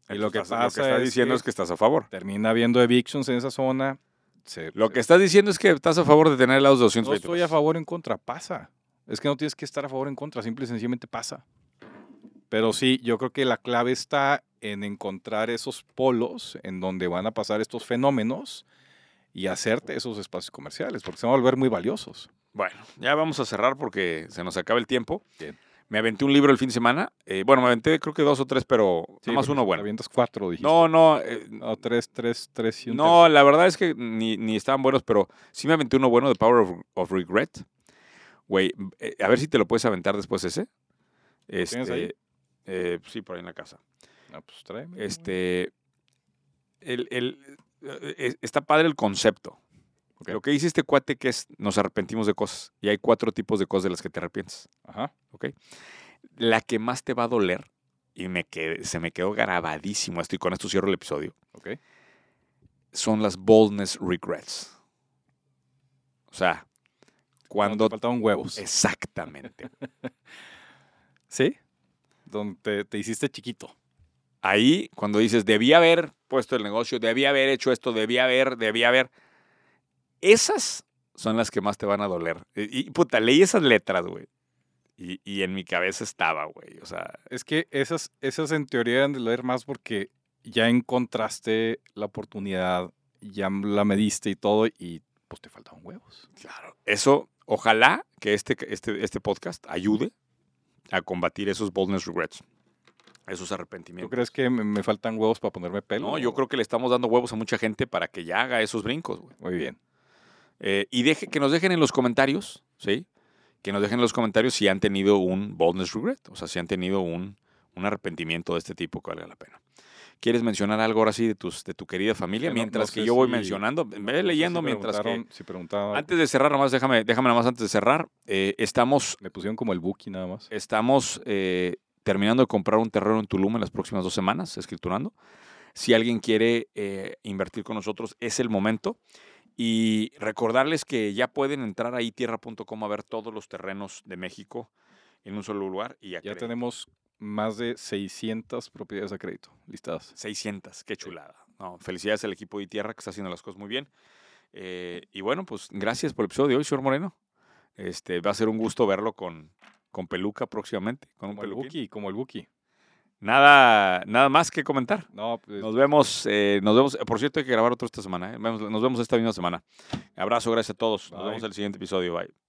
[SPEAKER 2] Y lo que
[SPEAKER 1] Entonces, estás-
[SPEAKER 2] pasa
[SPEAKER 1] estás
[SPEAKER 2] es
[SPEAKER 1] diciendo
[SPEAKER 2] que-
[SPEAKER 1] es que estás a favor.
[SPEAKER 2] Termina habiendo evictions en esa zona. Se-
[SPEAKER 1] Lo que estás diciendo es que estás a favor de tener helados de 220
[SPEAKER 2] no estoy a
[SPEAKER 1] pesos.
[SPEAKER 2] favor o en contra, pasa. Es que no tienes que estar a favor o en contra, simple y sencillamente pasa. Pero sí, yo creo que la clave está en encontrar esos polos en donde van a pasar estos fenómenos y hacerte esos espacios comerciales, porque se van a volver muy valiosos.
[SPEAKER 1] Bueno, ya vamos a cerrar porque se nos acaba el tiempo.
[SPEAKER 2] Bien.
[SPEAKER 1] Me aventé un libro el fin de semana. Eh, bueno, me aventé creo que dos o tres, pero nada más
[SPEAKER 2] porque
[SPEAKER 1] uno
[SPEAKER 2] te
[SPEAKER 1] bueno.
[SPEAKER 2] Avientas cuatro, dijiste.
[SPEAKER 1] No, no, eh,
[SPEAKER 2] No, tres, tres, tres y un
[SPEAKER 1] No, la verdad es que ni, ni estaban buenos, pero sí me aventé uno bueno de Power of, of Regret. Güey, eh, a ver si te lo puedes aventar después ese.
[SPEAKER 2] tienes ahí?
[SPEAKER 1] Este, eh, sí, por ahí en la casa.
[SPEAKER 2] Ah, pues tráeme. güey.
[SPEAKER 1] Este, el, el- eh, es- está padre el concepto.
[SPEAKER 2] Ok.
[SPEAKER 1] Lo que dice este cuate que es nos arrepentimos de cosas. Y hay cuatro tipos de cosas de las que te arrepientes.
[SPEAKER 2] Ajá.
[SPEAKER 1] La que más te va a doler, y me quedé- se me quedó grabadísimo esto, y con esto cierro el episodio,
[SPEAKER 2] Ok.
[SPEAKER 1] son las boldness regrets. O sea,
[SPEAKER 2] Cuando
[SPEAKER 1] cuando...
[SPEAKER 2] te faltaban huevos.
[SPEAKER 1] Exactamente.
[SPEAKER 2] ¿Sí? Donde te, te hiciste chiquito.
[SPEAKER 1] Ahí, cuando dices, debía haber puesto el negocio, debía haber hecho esto, debía haber, debía haber. Esas son las que más te van a doler. Y, y, puta, leí esas letras, güey. Y, y en mi cabeza estaba, güey. O sea,
[SPEAKER 2] Es que esas, esas en teoría deben de leer más porque ya encontraste la oportunidad, ya la mediste y todo, y pues te faltaban huevos.
[SPEAKER 1] claro. Eso, ojalá que este, este, este podcast ayude a combatir esos boldness regrets, esos
[SPEAKER 2] ¿Tú
[SPEAKER 1] arrepentimientos.
[SPEAKER 2] crees que me, me faltan huevos para ponerme pelo?
[SPEAKER 1] No, yo creo que le estamos dando huevos a mucha gente para que ya haga esos brincos, güey.
[SPEAKER 2] Muy bien.
[SPEAKER 1] Eh, y deje, que nos dejen en los comentarios, ¿sí? Que nos dejen en los comentarios si han tenido un boldness regret, o sea, si han tenido un, un arrepentimiento de este tipo que valga la pena. ¿Quieres mencionar algo ahora sí de, tus, de tu querida familia?
[SPEAKER 2] no-
[SPEAKER 1] mientras
[SPEAKER 2] no
[SPEAKER 1] que
[SPEAKER 2] sé
[SPEAKER 1] yo voy
[SPEAKER 2] si-
[SPEAKER 1] mencionando,
[SPEAKER 2] No sé
[SPEAKER 1] ve
[SPEAKER 2] si
[SPEAKER 1] leyendo mientras que...
[SPEAKER 2] preguntaron- Si preguntaban,
[SPEAKER 1] Antes de cerrar, nomás déjame, déjame nomás antes de cerrar, eh, estamos,
[SPEAKER 2] le pusieron como el buki nada más.
[SPEAKER 1] estamos eh, terminando de comprar un terreno en Tulum en las próximas dos semanas, escriturando. Si alguien quiere eh, invertir con nosotros, es el momento. Y recordarles que ya pueden entrar ahí tierra.com a ver todos los terrenos de México en un solo lugar y ya,
[SPEAKER 2] Ya
[SPEAKER 1] creen.
[SPEAKER 2] tenemos más de 600 propiedades a crédito listadas.
[SPEAKER 1] 600, qué chulada. No, felicidades al equipo de tierra que está haciendo las cosas muy bien. Eh, y bueno, pues gracias por el episodio de hoy, señor Moreno. Este, va a ser un gusto verlo con, con peluca próximamente, con un
[SPEAKER 2] Como el
[SPEAKER 1] peluquín.
[SPEAKER 2] buki, como el buki.
[SPEAKER 1] Nada, nada más que comentar.
[SPEAKER 2] No, pues,
[SPEAKER 1] Nos vemos, eh, nos vemos. Por cierto, hay que grabar otro esta semana. ¿eh? Vemos- Nos vemos esta misma semana. Abrazo, gracias a todos. Nos
[SPEAKER 2] Bye.
[SPEAKER 1] vemos en el siguiente episodio. Bye.